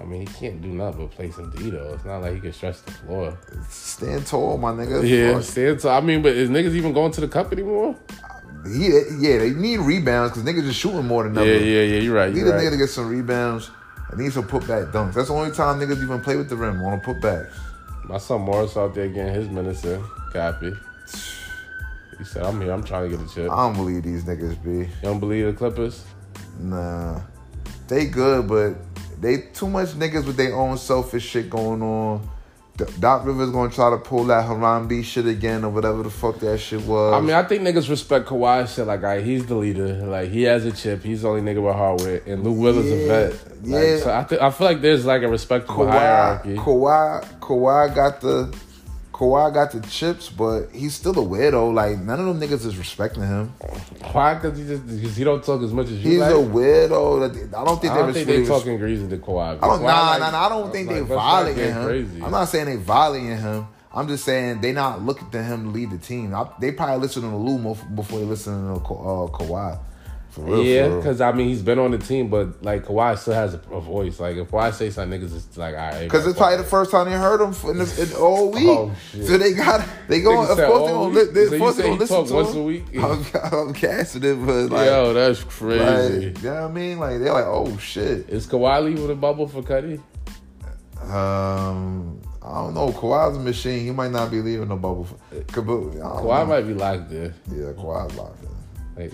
[SPEAKER 2] I mean, he can't do nothing but play some D though. It's not like he can stretch the floor.
[SPEAKER 1] Stand tall, my nigga.
[SPEAKER 2] Yeah,
[SPEAKER 1] Fuck.
[SPEAKER 2] stand tall. I mean, but is niggas even going to the cup anymore?
[SPEAKER 1] He, yeah, they need rebounds because niggas just shooting more than
[SPEAKER 2] Yeah,
[SPEAKER 1] ever.
[SPEAKER 2] yeah, yeah. You're right.
[SPEAKER 1] Need
[SPEAKER 2] You're
[SPEAKER 1] a nigga
[SPEAKER 2] right.
[SPEAKER 1] to get some rebounds. I need some putback dunks. That's the only time niggas even play with the rim on a putback.
[SPEAKER 2] My son Morris out there getting his minutes in. Copy. He said, "I'm here. I'm trying to get a chip."
[SPEAKER 1] I don't believe these niggas, be
[SPEAKER 2] You don't believe the Clippers?
[SPEAKER 1] Nah. They good, but they too much niggas with their own selfish shit going on. D- Doc Rivers gonna try to pull that Harambe shit again or whatever the fuck that shit was.
[SPEAKER 2] I mean, I think niggas respect Kawhi shit. Like, all right, he's the leader. Like, he has a chip. He's the only nigga with hardware. And Lou Will is a
[SPEAKER 1] Yeah,
[SPEAKER 2] vet. Like,
[SPEAKER 1] yeah.
[SPEAKER 2] So I, th- I feel like there's like a respectable hierarchy.
[SPEAKER 1] Kawhi, Kawhi, Kawhi got the Kawhi got the chips, but he's still a weirdo. Like none of them niggas is respecting him.
[SPEAKER 2] Why? Because he just because he don't talk as much as you.
[SPEAKER 1] He's
[SPEAKER 2] like.
[SPEAKER 1] a weirdo. Like, I don't think
[SPEAKER 2] I
[SPEAKER 1] they
[SPEAKER 2] don't
[SPEAKER 1] really
[SPEAKER 2] think they
[SPEAKER 1] res-
[SPEAKER 2] talking greasy to Kawhi.
[SPEAKER 1] I don't.
[SPEAKER 2] Kawhi,
[SPEAKER 1] Oh, Nah,
[SPEAKER 2] like,
[SPEAKER 1] nah, nah. I don't think they
[SPEAKER 2] like, let's not
[SPEAKER 1] violating
[SPEAKER 2] get
[SPEAKER 1] him.
[SPEAKER 2] Crazy.
[SPEAKER 1] I'm not saying they violating him. I'm just saying they not looking to him to lead the team. I, they probably listening to Lou mo- before they listening to Ka- uh, Kawhi. For real,
[SPEAKER 2] Yeah,
[SPEAKER 1] for real.
[SPEAKER 2] because I mean he's been on the team, but like Kawhi still has a, a voice. Like if Kawhi say something, niggas is like, all right.
[SPEAKER 1] Because it's probably the first time they heard him in, the, in all week.
[SPEAKER 2] Oh, shit.
[SPEAKER 1] So they got they go.
[SPEAKER 2] Niggas
[SPEAKER 1] Of
[SPEAKER 2] said all
[SPEAKER 1] course they gonna, li-
[SPEAKER 2] week?
[SPEAKER 1] they,
[SPEAKER 2] So
[SPEAKER 1] of
[SPEAKER 2] you
[SPEAKER 1] course
[SPEAKER 2] say
[SPEAKER 1] they gonna
[SPEAKER 2] he
[SPEAKER 1] listen
[SPEAKER 2] talk
[SPEAKER 1] to
[SPEAKER 2] once
[SPEAKER 1] him.
[SPEAKER 2] a week?
[SPEAKER 1] I'm, I'm casting it, but like,
[SPEAKER 2] yo, that's
[SPEAKER 1] like,
[SPEAKER 2] crazy.
[SPEAKER 1] you know what I mean? Like they're like, oh shit.
[SPEAKER 2] Is Kawhi leaving a bubble for Cuddy?
[SPEAKER 1] Um, I don't know. Kawhi's a machine. He might not be leaving the bubble. For, Kabo- I don't
[SPEAKER 2] Kawhi
[SPEAKER 1] know.
[SPEAKER 2] might be locked there.
[SPEAKER 1] Yeah, Kawhi's locked in.
[SPEAKER 2] Like,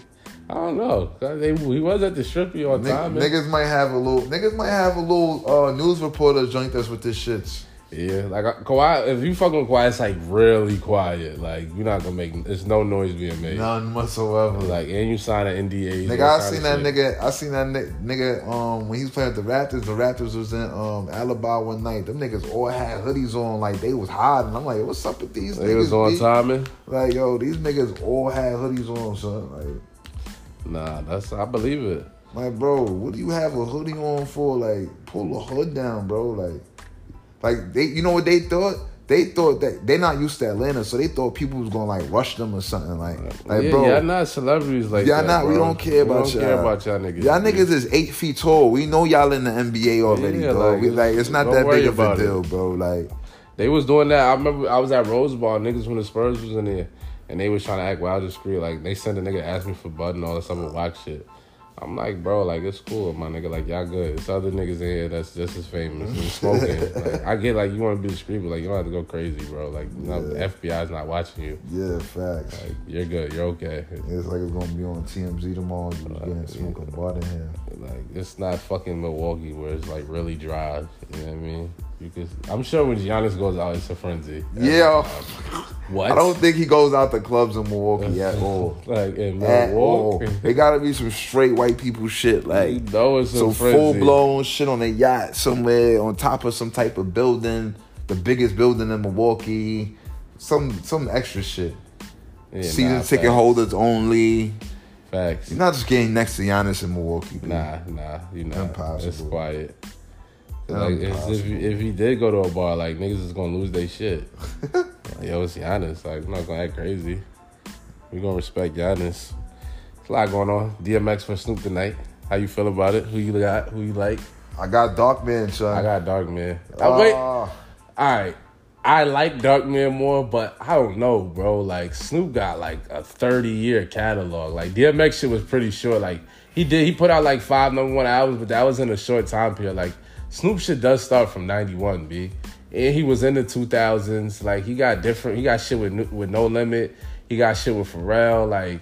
[SPEAKER 2] I don't know. 'Cause They, he was at the stripy on
[SPEAKER 1] Nig-
[SPEAKER 2] time. man.
[SPEAKER 1] niggas might have a little. Niggas might have a little uh, news reporter joint us with this shit.
[SPEAKER 2] Yeah, like uh, Kawhi. If you fucking with Kawhi, it's like really quiet. Like you're not gonna make. There's no noise being made.
[SPEAKER 1] None whatsoever.
[SPEAKER 2] Like and you sign an NDA.
[SPEAKER 1] Nigga, I seen that nigga. I seen that ni- nigga. Um, when he was playing with the Raptors, the Raptors was in um Alabama one night. Them niggas all had hoodies on, like they was hiding. I'm like, what's up with these
[SPEAKER 2] It
[SPEAKER 1] niggas?
[SPEAKER 2] was on
[SPEAKER 1] B?
[SPEAKER 2] timing.
[SPEAKER 1] Like, yo, these niggas all had hoodies on, son. Like,
[SPEAKER 2] Nah, that's I believe it.
[SPEAKER 1] like, bro, what do you have a hoodie on for? Like, pull a hood down, bro. Like, like they, you know what they thought? They thought that they not used to Atlanta, so they thought people was gonna like rush them or something. Like, like,
[SPEAKER 2] yeah,
[SPEAKER 1] bro,
[SPEAKER 2] y'all not celebrities like
[SPEAKER 1] Y'all
[SPEAKER 2] that,
[SPEAKER 1] not. We
[SPEAKER 2] bro.
[SPEAKER 1] don't care about
[SPEAKER 2] we
[SPEAKER 1] y'all.
[SPEAKER 2] don't care about y'all niggas.
[SPEAKER 1] Y'all niggas is eight feet tall. We know y'all in the NBA already,
[SPEAKER 2] Yeah,
[SPEAKER 1] dog.
[SPEAKER 2] like,
[SPEAKER 1] we, like it's not
[SPEAKER 2] don't
[SPEAKER 1] that
[SPEAKER 2] worry
[SPEAKER 1] big of a
[SPEAKER 2] about it.
[SPEAKER 1] deal, bro. Like
[SPEAKER 2] They was doing that. I remember I was at Rose Bowl. Niggas when the Spurs was in there, and they was trying to act wild and screw. Like they sent a nigga to ask me for bud and all this other watch shit. I'm like, bro, like it's cool, my nigga. Like y'all good. It's other niggas in here that's just as famous and smoking. like I get like you want to be discreet, but like you don't have to go crazy, bro. Like no, FBI's not watching you.
[SPEAKER 1] yeah, facts.
[SPEAKER 2] Like you're good. You're okay.
[SPEAKER 1] It's like it's gonna be on TMZ tomorrow. You was getting smoking butt in here.
[SPEAKER 2] Like it's not fucking Milwaukee where it's like really dry. You know what I mean? You could, I'm sure when Giannis goes out, it's a frenzy.
[SPEAKER 1] Yeah,
[SPEAKER 2] What?
[SPEAKER 1] I don't think he goes out to clubs in Milwaukee at all.
[SPEAKER 2] like in
[SPEAKER 1] At all.
[SPEAKER 2] Milwaukee.
[SPEAKER 1] It gotta be some straight white people shit,
[SPEAKER 2] You
[SPEAKER 1] like
[SPEAKER 2] know it's
[SPEAKER 1] some
[SPEAKER 2] a frenzy.
[SPEAKER 1] full blown shit on a yacht somewhere on top of some type of building, the biggest building in Milwaukee, some some extra shit.
[SPEAKER 2] Yeah,
[SPEAKER 1] season
[SPEAKER 2] nah,
[SPEAKER 1] ticket
[SPEAKER 2] facts.
[SPEAKER 1] holders only.
[SPEAKER 2] Facts.
[SPEAKER 1] You're not just getting next to Giannis in Milwaukee. B.
[SPEAKER 2] Nah, nah, you know,
[SPEAKER 1] Impossible.
[SPEAKER 2] it's quiet. Like it's, if if he did go to a bar, like niggas is gonna lose their shit. like, yo, it's Giannis. Like we're not gonna act crazy. We gonna respect Giannis. It's a lot going on. DMX for Snoop tonight. How you feel about it? Who you got? Who you like?
[SPEAKER 1] I got Dark Man, son.
[SPEAKER 2] I got Dark Man.
[SPEAKER 1] Ah,
[SPEAKER 2] I wait. All right. I like Dark Man more, but I don't know, bro. Like Snoop got like a 30 year catalog. Like DMX shit was pretty short. Like he did he put out like five number one albums, but that was in a short time period. Like Snoop shit does start from 91, B. And he was in the 2000s. Like he got different he got shit with Nu- with No Limit. He got shit with Pharrell. Like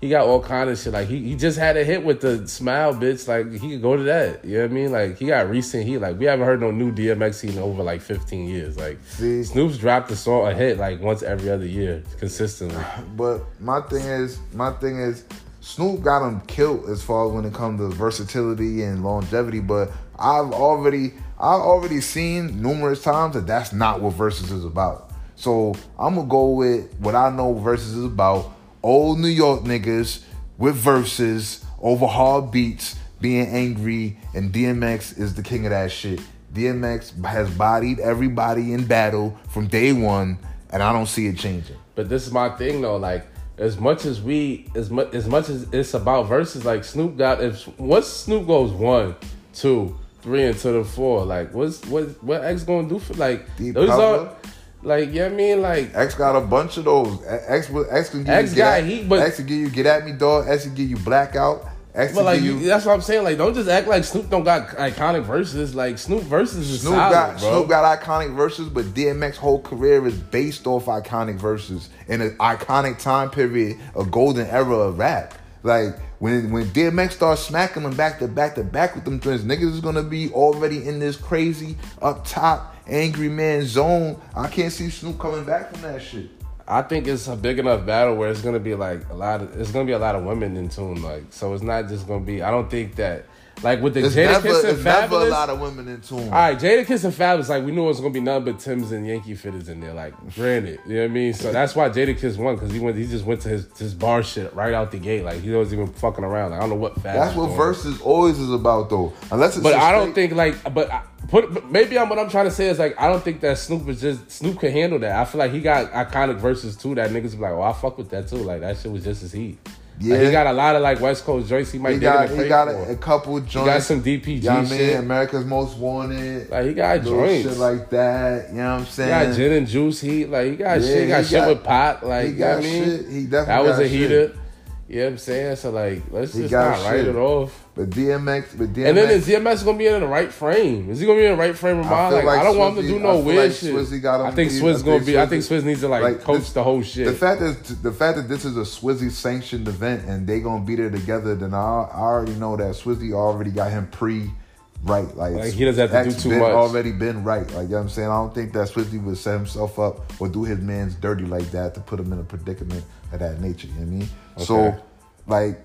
[SPEAKER 2] he got all kind of shit. Like he, he just had a hit with the smile bitch. Like he could go to that. You know what I mean? Like he got recent heat. Like we haven't heard no new DMX in over like 15 years. Like
[SPEAKER 1] See?
[SPEAKER 2] Snoop's dropped a song a hit like once every other year consistently.
[SPEAKER 1] But my thing is, my thing is, Snoop got him killed as far as when it comes to versatility and longevity. But I've already, I've already seen numerous times that that's not what versus is about. So I'm gonna go with what I know versus is about: old New York niggas with verses over hard beats, being angry, and DMX is the king of that shit. DMX has bodied everybody in battle from day one, and I don't see it changing.
[SPEAKER 2] But this is my thing though. Like as much as we as much as much as it's about verses. Like Snoop got if once Snoop goes one, two, three, and to the four. Like what's what what X gonna do for like
[SPEAKER 1] Deep
[SPEAKER 2] those
[SPEAKER 1] Purple?
[SPEAKER 2] are like you know what I mean like.
[SPEAKER 1] X got a bunch of those. X was X can give
[SPEAKER 2] X
[SPEAKER 1] you
[SPEAKER 2] got
[SPEAKER 1] get at,
[SPEAKER 2] heat, but-
[SPEAKER 1] X can give you get at me dog. X can give you blackout. X
[SPEAKER 2] But
[SPEAKER 1] can
[SPEAKER 2] like
[SPEAKER 1] give you.
[SPEAKER 2] you, that's what I'm saying. Like, don't just act like Snoop don't got iconic verses. Like Snoop verses is
[SPEAKER 1] Snoop
[SPEAKER 2] solid,
[SPEAKER 1] got
[SPEAKER 2] bro.
[SPEAKER 1] Snoop got iconic verses, but DMX whole career is based off iconic verses in an iconic time period, a golden era of rap. Like when when DMX starts smacking them back to back to back with them twins, niggas is gonna be already in this crazy up top angry man zone. I can't see Snoop coming back from that shit.
[SPEAKER 2] I think it's a big enough battle where it's gonna be like a lot of it's gonna be a lot of women in tune. Like so, it's not just gonna be. I don't think that like with the
[SPEAKER 1] There's
[SPEAKER 2] Jada
[SPEAKER 1] never,
[SPEAKER 2] Kiss and
[SPEAKER 1] there's never a
[SPEAKER 2] Fabulous.
[SPEAKER 1] lot of women in tune.
[SPEAKER 2] all right, Jada Kiss and Fabulous, like we knew it was gonna be none but Tim's and Yankee fitters in there. Like, granted, you know what I mean. So that's why Jada Kiss won because he went. He just went to his his bar shit right out the gate. Like he wasn't even fucking around. Like I don't know what. Fab
[SPEAKER 1] That's
[SPEAKER 2] was
[SPEAKER 1] what
[SPEAKER 2] doing.
[SPEAKER 1] verses always is about, though. Unless it's
[SPEAKER 2] But
[SPEAKER 1] a
[SPEAKER 2] I don't
[SPEAKER 1] straight-
[SPEAKER 2] think like, but I, put but maybe I'm what I'm trying to say is like I don't think that Snoop is just Snoop can handle that. I feel like he got iconic verses too that niggas be like, oh I fuck with that too. Like that shit was just as heat. Yeah,
[SPEAKER 1] Yeah.
[SPEAKER 2] he got a lot of like West Coast joints. He might
[SPEAKER 1] he
[SPEAKER 2] dig in
[SPEAKER 1] got
[SPEAKER 2] the
[SPEAKER 1] he
[SPEAKER 2] crate
[SPEAKER 1] got
[SPEAKER 2] for.
[SPEAKER 1] a, a couple joints.
[SPEAKER 2] he got some DPG
[SPEAKER 1] you know what I mean?
[SPEAKER 2] shit.
[SPEAKER 1] America's Most Wanted.
[SPEAKER 2] Like he got
[SPEAKER 1] little
[SPEAKER 2] joints.
[SPEAKER 1] shit like that. You know what I'm
[SPEAKER 2] he got
[SPEAKER 1] saying?
[SPEAKER 2] gin and juice heat. Like he got
[SPEAKER 1] Yeah,
[SPEAKER 2] shit. He got
[SPEAKER 1] he
[SPEAKER 2] shit
[SPEAKER 1] got-
[SPEAKER 2] with Pac. Like
[SPEAKER 1] he
[SPEAKER 2] you know
[SPEAKER 1] got
[SPEAKER 2] what I mean?
[SPEAKER 1] shit. He definitely
[SPEAKER 2] that was
[SPEAKER 1] got
[SPEAKER 2] a
[SPEAKER 1] shit.
[SPEAKER 2] heater. You know what I'm saying? So like let's
[SPEAKER 1] He
[SPEAKER 2] just
[SPEAKER 1] got
[SPEAKER 2] not write
[SPEAKER 1] shit.
[SPEAKER 2] it off.
[SPEAKER 1] But DMX, but DMX.
[SPEAKER 2] And then is DMX gonna be in the right frame? Is he gonna be in the right frame of
[SPEAKER 1] I
[SPEAKER 2] mind?
[SPEAKER 1] feel
[SPEAKER 2] Like,
[SPEAKER 1] like
[SPEAKER 2] I don't want him to
[SPEAKER 1] Swizzy-
[SPEAKER 2] do
[SPEAKER 1] I
[SPEAKER 2] no
[SPEAKER 1] feel
[SPEAKER 2] weird
[SPEAKER 1] like
[SPEAKER 2] shit.
[SPEAKER 1] Swizzy got him
[SPEAKER 2] I think
[SPEAKER 1] beat. I
[SPEAKER 2] Swizz
[SPEAKER 1] think
[SPEAKER 2] gonna be. I
[SPEAKER 1] Swizzy-
[SPEAKER 2] think Swizz needs to like,
[SPEAKER 1] like,
[SPEAKER 2] coach
[SPEAKER 1] this-
[SPEAKER 2] the whole
[SPEAKER 1] The
[SPEAKER 2] shit.
[SPEAKER 1] fact is, the fact that this is a Swizzy sanctioned event and they gonna be there together, then I, I already know that Swizzy already got him pre right. Like,
[SPEAKER 2] Like, he doesn't have to do
[SPEAKER 1] X
[SPEAKER 2] too
[SPEAKER 1] been
[SPEAKER 2] much.
[SPEAKER 1] Already been right. Like you know what I'm saying, I don't think that Swizzy would set himself up or do his man's dirty like that to put him in a predicament of that nature. You know what I mean?
[SPEAKER 2] Okay.
[SPEAKER 1] So, like,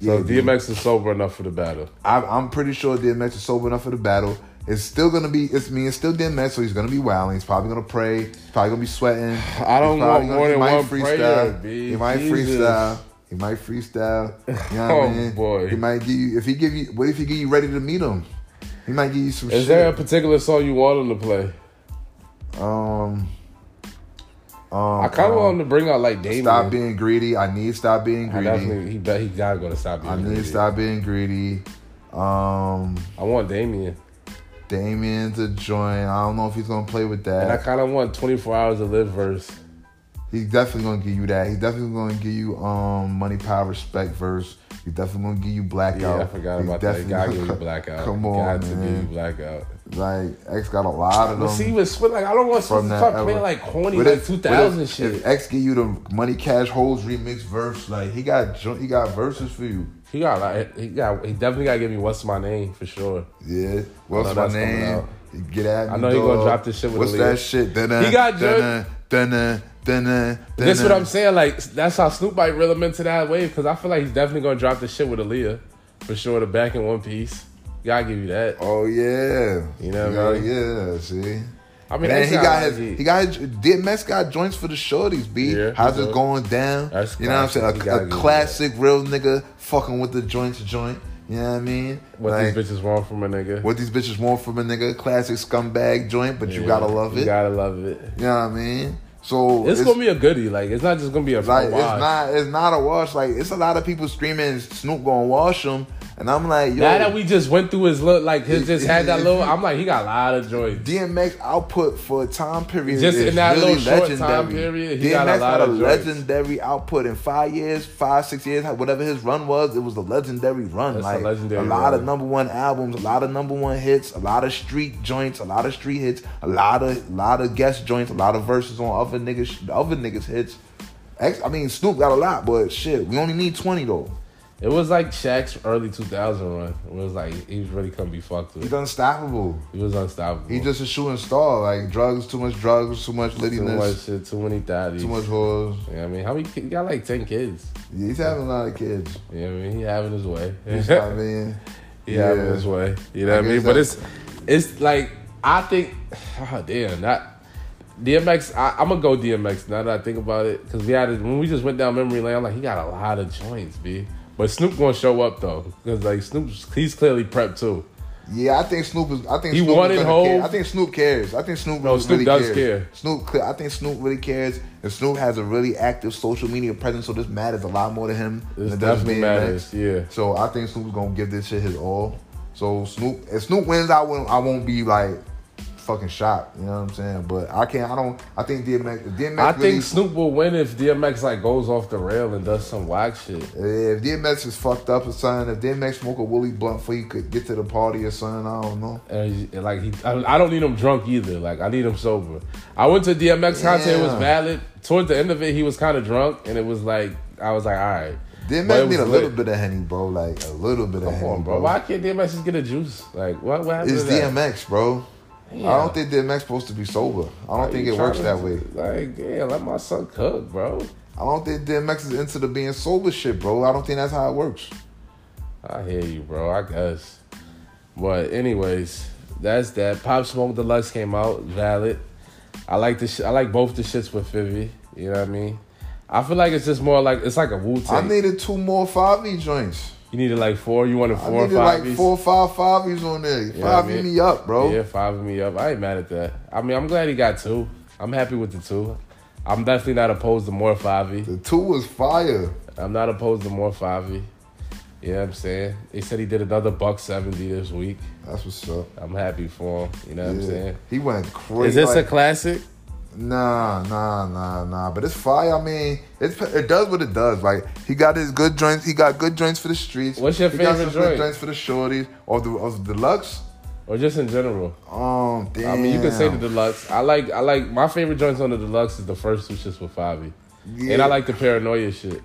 [SPEAKER 2] So
[SPEAKER 1] yeah,
[SPEAKER 2] DMX is sober enough for the battle.
[SPEAKER 1] I, I'm pretty sure DMX is sober enough for the battle. It's still gonna be. It's me. It's still DMX, so he's gonna be wilding. He's probably gonna pray. He's probably gonna be sweating.
[SPEAKER 2] I don't
[SPEAKER 1] He's probably
[SPEAKER 2] want
[SPEAKER 1] gonna-
[SPEAKER 2] more
[SPEAKER 1] he
[SPEAKER 2] than
[SPEAKER 1] might
[SPEAKER 2] one prayer, B.
[SPEAKER 1] He might
[SPEAKER 2] Jesus.
[SPEAKER 1] freestyle. He might freestyle. You know what
[SPEAKER 2] Oh,
[SPEAKER 1] I mean?
[SPEAKER 2] boy.
[SPEAKER 1] He might give you. If he give you, what if he give you ready to meet him? He might give you some
[SPEAKER 2] Is
[SPEAKER 1] shit.
[SPEAKER 2] there a particular song you want him to play?
[SPEAKER 1] um. Um.
[SPEAKER 2] I kind of
[SPEAKER 1] um,
[SPEAKER 2] want him to bring out like Damien.
[SPEAKER 1] stop being greedy. I need stop being
[SPEAKER 2] I
[SPEAKER 1] greedy.
[SPEAKER 2] definitely he bet he gotta go to stop being.
[SPEAKER 1] I need
[SPEAKER 2] greedy.
[SPEAKER 1] stop being greedy. Um.
[SPEAKER 2] I want Damien,
[SPEAKER 1] Damien's a joint. I don't know if he's gonna play with
[SPEAKER 2] and I
[SPEAKER 1] that.
[SPEAKER 2] kind of want 24 hours to live verse.
[SPEAKER 1] He's definitely gonna give you that. He's definitely gonna give you um money, power, respect verse. He's definitely gonna give you blackout.
[SPEAKER 2] Yeah, I forgot
[SPEAKER 1] He's
[SPEAKER 2] about that. He
[SPEAKER 1] definitely
[SPEAKER 2] gotta give
[SPEAKER 1] gonna-
[SPEAKER 2] you blackout.
[SPEAKER 1] Come
[SPEAKER 2] got
[SPEAKER 1] on,
[SPEAKER 2] to give you
[SPEAKER 1] man.
[SPEAKER 2] blackout.
[SPEAKER 1] Like X got a lot of
[SPEAKER 2] But
[SPEAKER 1] them.
[SPEAKER 2] see, with Swizz, like I don't want Swizz
[SPEAKER 1] from
[SPEAKER 2] to
[SPEAKER 1] that
[SPEAKER 2] start
[SPEAKER 1] era.
[SPEAKER 2] playing like corny
[SPEAKER 1] But
[SPEAKER 2] like
[SPEAKER 1] if- but
[SPEAKER 2] 2000
[SPEAKER 1] if-
[SPEAKER 2] shit.
[SPEAKER 1] If X give you the money, cash, holes remix verse, like he got jo- he got verses for you.
[SPEAKER 2] He got like he got he definitely got to give me what's my name for sure.
[SPEAKER 1] Yeah.
[SPEAKER 2] I
[SPEAKER 1] What's my
[SPEAKER 2] know that's coming
[SPEAKER 1] name?
[SPEAKER 2] out.
[SPEAKER 1] Get at me.
[SPEAKER 2] I know he gonna
[SPEAKER 1] dog.
[SPEAKER 2] drop this shit with
[SPEAKER 1] What's
[SPEAKER 2] Aaliyah.
[SPEAKER 1] that shit? Dun-dun,
[SPEAKER 2] He got jer-
[SPEAKER 1] dun-dun, dun-dun, dun-dun,
[SPEAKER 2] That's what
[SPEAKER 1] dun-dun.
[SPEAKER 2] I'm saying. Like that's how Snoop might reel him into that wave because I feel like he's definitely gonna drop the shit with Aaliyah for sure. The back in one piece, gotta give you that.
[SPEAKER 1] Oh yeah,
[SPEAKER 2] You know what
[SPEAKER 1] Yeah,
[SPEAKER 2] I mean?
[SPEAKER 1] Yeah, see.
[SPEAKER 2] I
[SPEAKER 1] And then
[SPEAKER 2] mean, that's
[SPEAKER 1] he
[SPEAKER 2] how
[SPEAKER 1] got
[SPEAKER 2] I
[SPEAKER 1] his,
[SPEAKER 2] see it.
[SPEAKER 1] he got his, DMX got joints for the shorties, B.
[SPEAKER 2] Yeah,
[SPEAKER 1] How's
[SPEAKER 2] he
[SPEAKER 1] it
[SPEAKER 2] does.
[SPEAKER 1] going down?
[SPEAKER 2] That's
[SPEAKER 1] you know what I'm
[SPEAKER 2] classic.
[SPEAKER 1] saying?
[SPEAKER 2] He
[SPEAKER 1] A-
[SPEAKER 2] gotta
[SPEAKER 1] A,
[SPEAKER 2] give you
[SPEAKER 1] classic real nigga fucking with the joints joint. You know what I mean?
[SPEAKER 2] what
[SPEAKER 1] Like,
[SPEAKER 2] these bitches want from a nigga.
[SPEAKER 1] what these bitches want from a nigga? Classic scumbag joint, but you
[SPEAKER 2] Yeah,
[SPEAKER 1] gotta love it.
[SPEAKER 2] You gotta love it.
[SPEAKER 1] you know what I mean? So
[SPEAKER 2] It's, gonna be a goodie. Like it's not just gonna be a
[SPEAKER 1] like
[SPEAKER 2] like,
[SPEAKER 1] it's not it's not a wash. Like it's a lot of people screaming Snoop gonna wash him, and I'm like, yo,
[SPEAKER 2] Now that we just went through his look, like his
[SPEAKER 1] If-
[SPEAKER 2] just had that
[SPEAKER 1] if
[SPEAKER 2] little.
[SPEAKER 1] you-
[SPEAKER 2] I'm like he got a lot of joy.
[SPEAKER 1] DMX output for a time period
[SPEAKER 2] Just
[SPEAKER 1] is
[SPEAKER 2] in that
[SPEAKER 1] really
[SPEAKER 2] little short time
[SPEAKER 1] legendary.
[SPEAKER 2] period, he
[SPEAKER 1] DMX
[SPEAKER 2] got a lot
[SPEAKER 1] had a
[SPEAKER 2] of joints.
[SPEAKER 1] legendary output in five years, five six years, whatever his run was. It was a legendary run.
[SPEAKER 2] That's a
[SPEAKER 1] like
[SPEAKER 2] legendary
[SPEAKER 1] lot
[SPEAKER 2] run.
[SPEAKER 1] of number one albums, a lot of number one hits, a lot of street joints, a lot of street hits, a lot of lot of guest joints, a lot of verses on other niggas other niggas hits. X, I mean Snoop got a lot, but shit, we only need twenty though.
[SPEAKER 2] It was like Shaq's early 2000 run. It was like he was really couldn't be fucked
[SPEAKER 1] He's
[SPEAKER 2] with.
[SPEAKER 1] unstoppable.
[SPEAKER 2] He was unstoppable.
[SPEAKER 1] He's just a shooting star. Like drugs, too much drugs, too much
[SPEAKER 2] too much
[SPEAKER 1] littiness,
[SPEAKER 2] shit, too many daddies.
[SPEAKER 1] too much whores.
[SPEAKER 2] You know what I mean? How many kids? He got like 10 kids.
[SPEAKER 1] Yeah, he's having a lot of kids.
[SPEAKER 2] You know what I mean? He having his way.
[SPEAKER 1] You know what I mean?
[SPEAKER 2] he having his way. You know
[SPEAKER 1] I
[SPEAKER 2] what I mean?
[SPEAKER 1] guess
[SPEAKER 2] But
[SPEAKER 1] that's-
[SPEAKER 2] it's it's like I think oh damn, that DMX I, I'm gonna go DMX now that I think about it. Cause we had it when we just went down memory lane, I'm like, he got a lot of joints, B. But Snoop gonna show up though. Cause like Snoop's he's clearly prepped too.
[SPEAKER 1] Yeah, I think Snoop is. I think
[SPEAKER 2] He
[SPEAKER 1] Snoop is
[SPEAKER 2] wanted
[SPEAKER 1] gonna
[SPEAKER 2] Hov.
[SPEAKER 1] care. I think Snoop cares. I think Snoop.
[SPEAKER 2] No,
[SPEAKER 1] really-
[SPEAKER 2] Snoop
[SPEAKER 1] really
[SPEAKER 2] does
[SPEAKER 1] cares.
[SPEAKER 2] care.
[SPEAKER 1] Snoop. cle- I think Snoop really cares, and Snoop has a really active social media presence, so this matters a lot more to him. than
[SPEAKER 2] This
[SPEAKER 1] it does
[SPEAKER 2] definitely
[SPEAKER 1] me and
[SPEAKER 2] matters,
[SPEAKER 1] Max.
[SPEAKER 2] yeah.
[SPEAKER 1] So I think Snoop's gonna give this shit his all. So Snoop, if Snoop wins, I won't. I won't be like fucking shocked. You know what I'm saying? But I can't. I don't. I think DMX. DMX
[SPEAKER 2] I
[SPEAKER 1] really,
[SPEAKER 2] think Snoop will win if DMX like goes off the rail and does some whack shit.
[SPEAKER 1] Yeah, If DMX is fucked up or something, if DMX smoke a woolly blunt before he could get to the party or something, I don't know.
[SPEAKER 2] And he- and, like he, I I don't need him drunk either. Like I need him sober. I went to DMX concert. It was
[SPEAKER 1] Yeah.
[SPEAKER 2] valid. Towards the end of it, he was kind of drunk, and it was like I was like, all right. But it
[SPEAKER 1] DMX
[SPEAKER 2] was
[SPEAKER 1] need a
[SPEAKER 2] lit.
[SPEAKER 1] little bit of henny, bro. Like a little bit of
[SPEAKER 2] Come
[SPEAKER 1] henny,
[SPEAKER 2] on, bro. Why can't DMX just get a juice? Like what? What happened
[SPEAKER 1] It's
[SPEAKER 2] to that?
[SPEAKER 1] DMX, bro. I don't think the MX supposed to be sober. I don't think it works that way.
[SPEAKER 2] Like, yeah, let my son cook, bro.
[SPEAKER 1] I don't think DMX is into the being sober shit, bro. I don't think that's how it works.
[SPEAKER 2] I hear you, bro. I guess. But anyways, that's that. Pop Smoke Deluxe came out, valid. I like this. Sh- I like both the shits with Fivy. You know what I mean? I feel like it's just more like it's like a Wu
[SPEAKER 1] I
[SPEAKER 2] Tang.
[SPEAKER 1] needed two more five E joints.
[SPEAKER 2] you needed like four. You wanted
[SPEAKER 1] I
[SPEAKER 2] four or
[SPEAKER 1] needed
[SPEAKER 2] five.
[SPEAKER 1] like
[SPEAKER 2] each?
[SPEAKER 1] four, five, five E's on there.
[SPEAKER 2] know what
[SPEAKER 1] Five E
[SPEAKER 2] I mean?
[SPEAKER 1] me up, bro.
[SPEAKER 2] Yeah, five of me up. I ain't mad at that. I mean, I'm glad he got two. I'm happy with the two. I'm definitely not opposed to more five E.
[SPEAKER 1] The two was fire.
[SPEAKER 2] I'm not opposed to more five E. You know what I'm saying? They said he did another buck seventy this week.
[SPEAKER 1] That's what's up.
[SPEAKER 2] I'm happy for him. You know what I'm
[SPEAKER 1] Yeah.
[SPEAKER 2] saying?
[SPEAKER 1] He went crazy.
[SPEAKER 2] Is this a
[SPEAKER 1] like-
[SPEAKER 2] classic?
[SPEAKER 1] Nah, nah, nah, nah. But it's fire. I mean, it's it does what it does. Like he got his good joints. He got good joints for the streets.
[SPEAKER 2] What's your
[SPEAKER 1] he got
[SPEAKER 2] favorite
[SPEAKER 1] some good
[SPEAKER 2] joint?
[SPEAKER 1] joints for the shorties or the of the deluxe?
[SPEAKER 2] Or just in general?
[SPEAKER 1] Um, damn.
[SPEAKER 2] I mean, you can say the deluxe. I like, I like my favorite joints on the deluxe is the first two shits with Fabi, and
[SPEAKER 1] Yeah.
[SPEAKER 2] I like the paranoia shit.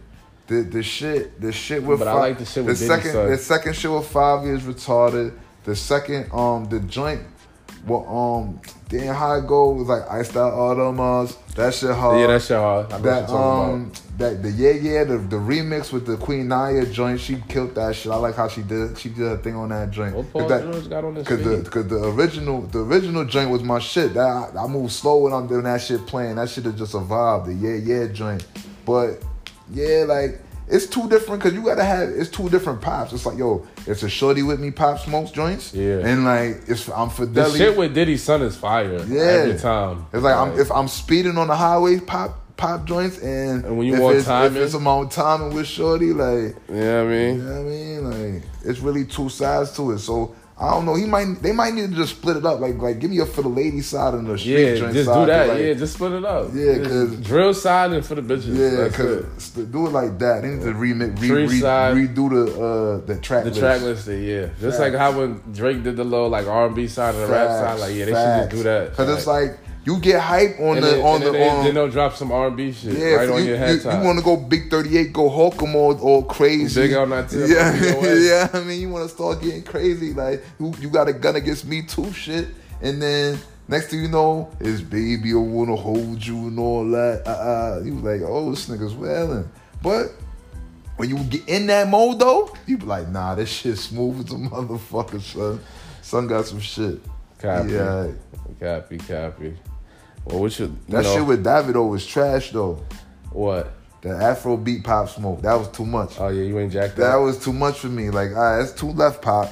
[SPEAKER 1] the the shit the shit with.
[SPEAKER 2] But I
[SPEAKER 1] Fa-
[SPEAKER 2] like the shit with Diddy,
[SPEAKER 1] second
[SPEAKER 2] son.
[SPEAKER 1] the second shit with five years retarded. The second um the joint. Well, um, damn, how it go was like iced out automas. That shit hard.
[SPEAKER 2] yeah, that shit hard. I know what
[SPEAKER 1] That
[SPEAKER 2] you're talking
[SPEAKER 1] um
[SPEAKER 2] about.
[SPEAKER 1] that the yeah yeah the, the remix with the Queen Naya joint she killed that shit. I like how she did she did her thing on that joint.
[SPEAKER 2] What Paul
[SPEAKER 1] that,
[SPEAKER 2] George got on this
[SPEAKER 1] Cause the,
[SPEAKER 2] feed?
[SPEAKER 1] cause the original the original joint was my shit. That I, I move slow when I'm doing that shit playing. That shit is just a vibe. The yeah yeah joint, but yeah like it's two different. Cause you gotta have it's two different pops. It's like yo, it's a shorty with me pop smokes joints.
[SPEAKER 2] Yeah.
[SPEAKER 1] and like it's I'm
[SPEAKER 2] The
[SPEAKER 1] fidelity.
[SPEAKER 2] shit with Diddy's son is fire.
[SPEAKER 1] Yeah.
[SPEAKER 2] every time.
[SPEAKER 1] It's like I'm, if I'm speeding on the highway, pop pop joints, and,
[SPEAKER 2] And when you
[SPEAKER 1] if
[SPEAKER 2] want
[SPEAKER 1] it's,
[SPEAKER 2] timing?
[SPEAKER 1] if it's amount timing with shorty, like
[SPEAKER 2] you know what I
[SPEAKER 1] you
[SPEAKER 2] mean.
[SPEAKER 1] know what I mean, like it's really two sides to it. So I don't know. He might they might need to just split it up. Like like give me a for the lady side and the street
[SPEAKER 2] Yeah,
[SPEAKER 1] joint
[SPEAKER 2] just
[SPEAKER 1] side.
[SPEAKER 2] do that.
[SPEAKER 1] like,
[SPEAKER 2] yeah, just split it up.
[SPEAKER 1] Yeah,
[SPEAKER 2] Just
[SPEAKER 1] 'cause-
[SPEAKER 2] drill side and for the bitches.
[SPEAKER 1] yeah,
[SPEAKER 2] That's it.
[SPEAKER 1] because do it like that. They need to remix, re,
[SPEAKER 2] Three
[SPEAKER 1] re,
[SPEAKER 2] side.
[SPEAKER 1] redo the uh the track
[SPEAKER 2] The
[SPEAKER 1] list.
[SPEAKER 2] track listed, yeah. Just like how when Drake did the little like R and B side and the rap side, like yeah, they should just do that.
[SPEAKER 1] Because it's like you get hype on
[SPEAKER 2] and
[SPEAKER 1] the
[SPEAKER 2] then,
[SPEAKER 1] on
[SPEAKER 2] and
[SPEAKER 1] the
[SPEAKER 2] then they,
[SPEAKER 1] on
[SPEAKER 2] then they'll drop some R and B shit
[SPEAKER 1] Yeah,
[SPEAKER 2] right
[SPEAKER 1] so
[SPEAKER 2] on
[SPEAKER 1] you,
[SPEAKER 2] your head
[SPEAKER 1] you, want to go big 38, go Holcomb all, all crazy.
[SPEAKER 2] Big on that tip,
[SPEAKER 1] Yeah,
[SPEAKER 2] you know what?
[SPEAKER 1] yeah. I mean, you want to start getting crazy. Like, you, you got a gun against me too, shit. And then next thing you know, is baby, I want to hold you and all that. Uh, uh. You like, oh, this nigga's wailing. But when you get in that mode, though, you be like, nah, this shit smooth as a motherfucker, son. Son got some shit.
[SPEAKER 2] Copy.
[SPEAKER 1] Yeah.
[SPEAKER 2] Copy, copy. Well, what should you
[SPEAKER 1] That
[SPEAKER 2] know,
[SPEAKER 1] shit with Davido was trash, though.
[SPEAKER 2] what?
[SPEAKER 1] The Afro beat pop smoke. That was too much.
[SPEAKER 2] Oh yeah, you ain't jacked
[SPEAKER 1] That
[SPEAKER 2] up.
[SPEAKER 1] was too much for me. Like, all right, that's two left pop.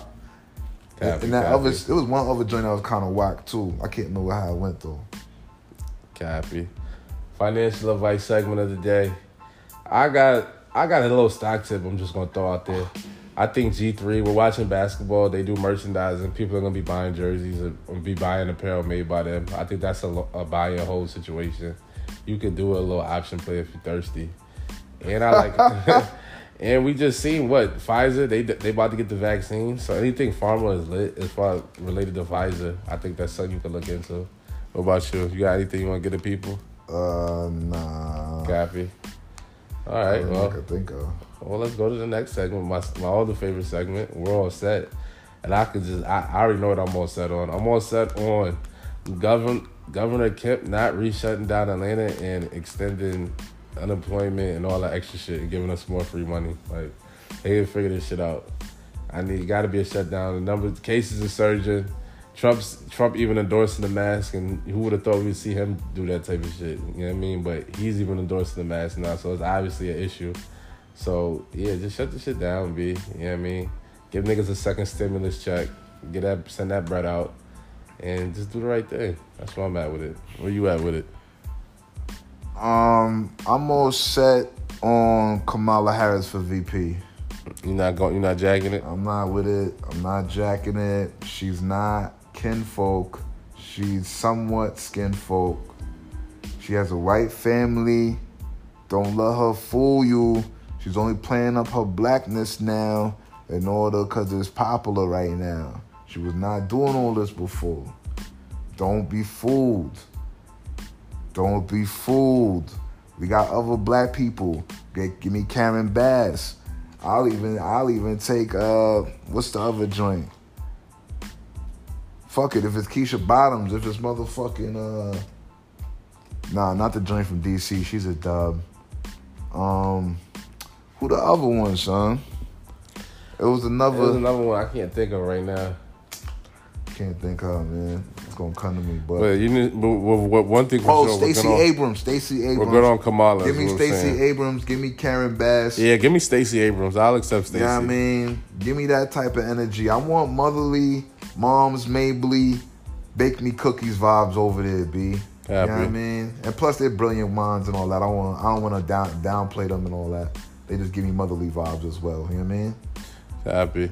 [SPEAKER 2] Copy,
[SPEAKER 1] and that
[SPEAKER 2] copy,
[SPEAKER 1] other, it was one other joint that was kind of whack too. I can't remember how it went though.
[SPEAKER 2] copy. Financial advice segment of the day. I got I got a little stock tip. I'm just gonna throw out there. I think G3. We're watching basketball. They do merchandising. People are gonna be buying jerseys and be buying apparel made by them. I think that's a, lo- a buy and hold situation. You could do a little option play if you're thirsty. And I like. and we just seen what Pfizer. They they about to get the vaccine. So anything pharma is lit as far as related to Pfizer. I think that's something you can look into. What about you? You got anything you want to get to people?
[SPEAKER 1] Uh, nah.
[SPEAKER 2] Copy. All right.
[SPEAKER 1] I don't think I
[SPEAKER 2] Well,
[SPEAKER 1] think uh, of.
[SPEAKER 2] well, let's go to the next segment. My my other favorite segment. We're all set, and I could just I, I already know what I'm all set on. I'm all set on govern Governor Kemp not re-shutting down Atlanta and extending unemployment and all that extra shit and giving us more free money. Like they can figure this shit out. I need got to be a shutdown. The number of cases are surging. Trump's Trump even endorsing the mask, and who would have thought we'd see him do that type of shit? You know what I mean? But he's even endorsing the mask now, so it's obviously an issue. So yeah, just shut the shit down, B. You know what I mean? Give niggas a second stimulus check. Get that, send that bread out, and just do the right thing. That's where I'm at with it. Where you at with it?
[SPEAKER 1] Um, I'm all set on Kamala Harris for VP.
[SPEAKER 2] You not going? You not jacking it?
[SPEAKER 1] I'm not with it. I'm not jacking it. She's not kinfolk. She's somewhat skinfolk. She has a white family. Don't let her fool you. She's only playing up her blackness now in order because it's popular right now. She was not doing all this before. Don't be fooled. Don't be fooled. We got other black people. Get, give me Karen Bass. I'll even I'll even take uh what's the other joint? Fuck it. If it's Keisha Bottoms, if it's motherfucking uh, nah, not the joint from DC. She's a dub. Um, who the other one, son? It was another.
[SPEAKER 2] There's another one I can't think of right now.
[SPEAKER 1] Can't think of man. It's gonna come to me, but.
[SPEAKER 2] But you need, but, but, but one thing for
[SPEAKER 1] Oh,
[SPEAKER 2] sure,
[SPEAKER 1] Stacey
[SPEAKER 2] we're good on,
[SPEAKER 1] Abrams. Stacey Abrams.
[SPEAKER 2] we're good on Kamala.
[SPEAKER 1] Give me Stacey
[SPEAKER 2] Abrams.
[SPEAKER 1] Abrams. Give me Karen Bass.
[SPEAKER 2] Yeah, give me Stacey Abrams. I'll accept Stacey.
[SPEAKER 1] You know what I mean? Give me that type of energy. I want motherly, moms, Mabley, bake me cookies vibes over there, B. You know what I
[SPEAKER 2] Copy.
[SPEAKER 1] mean? And plus they're brilliant minds and all that. I want I don't wanna down downplay them and all that. They just give me motherly vibes as well. You know what I mean?
[SPEAKER 2] Copy.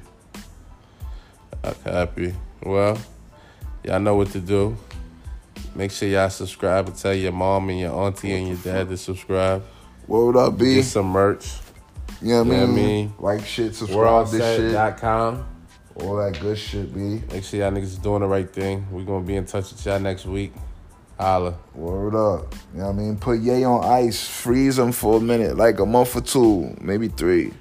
[SPEAKER 2] I copy. Well, y'all know what to do. Make sure y'all subscribe and tell your mom and your auntie and your dad to subscribe.
[SPEAKER 1] Word up, B.
[SPEAKER 2] Get some merch.
[SPEAKER 1] you know what
[SPEAKER 2] Yeah,
[SPEAKER 1] I
[SPEAKER 2] I
[SPEAKER 1] mean?
[SPEAKER 2] mean,
[SPEAKER 1] Like shit, subscribe this shit.
[SPEAKER 2] Worldset.com.
[SPEAKER 1] all that good shit, B.
[SPEAKER 2] Make sure y'all niggas is doing the right thing. We're going to be in touch with y'all next week. Holla.
[SPEAKER 1] Word up. You know what I mean? Put Ye on ice. Freeze him for a minute, like a month or two, maybe three.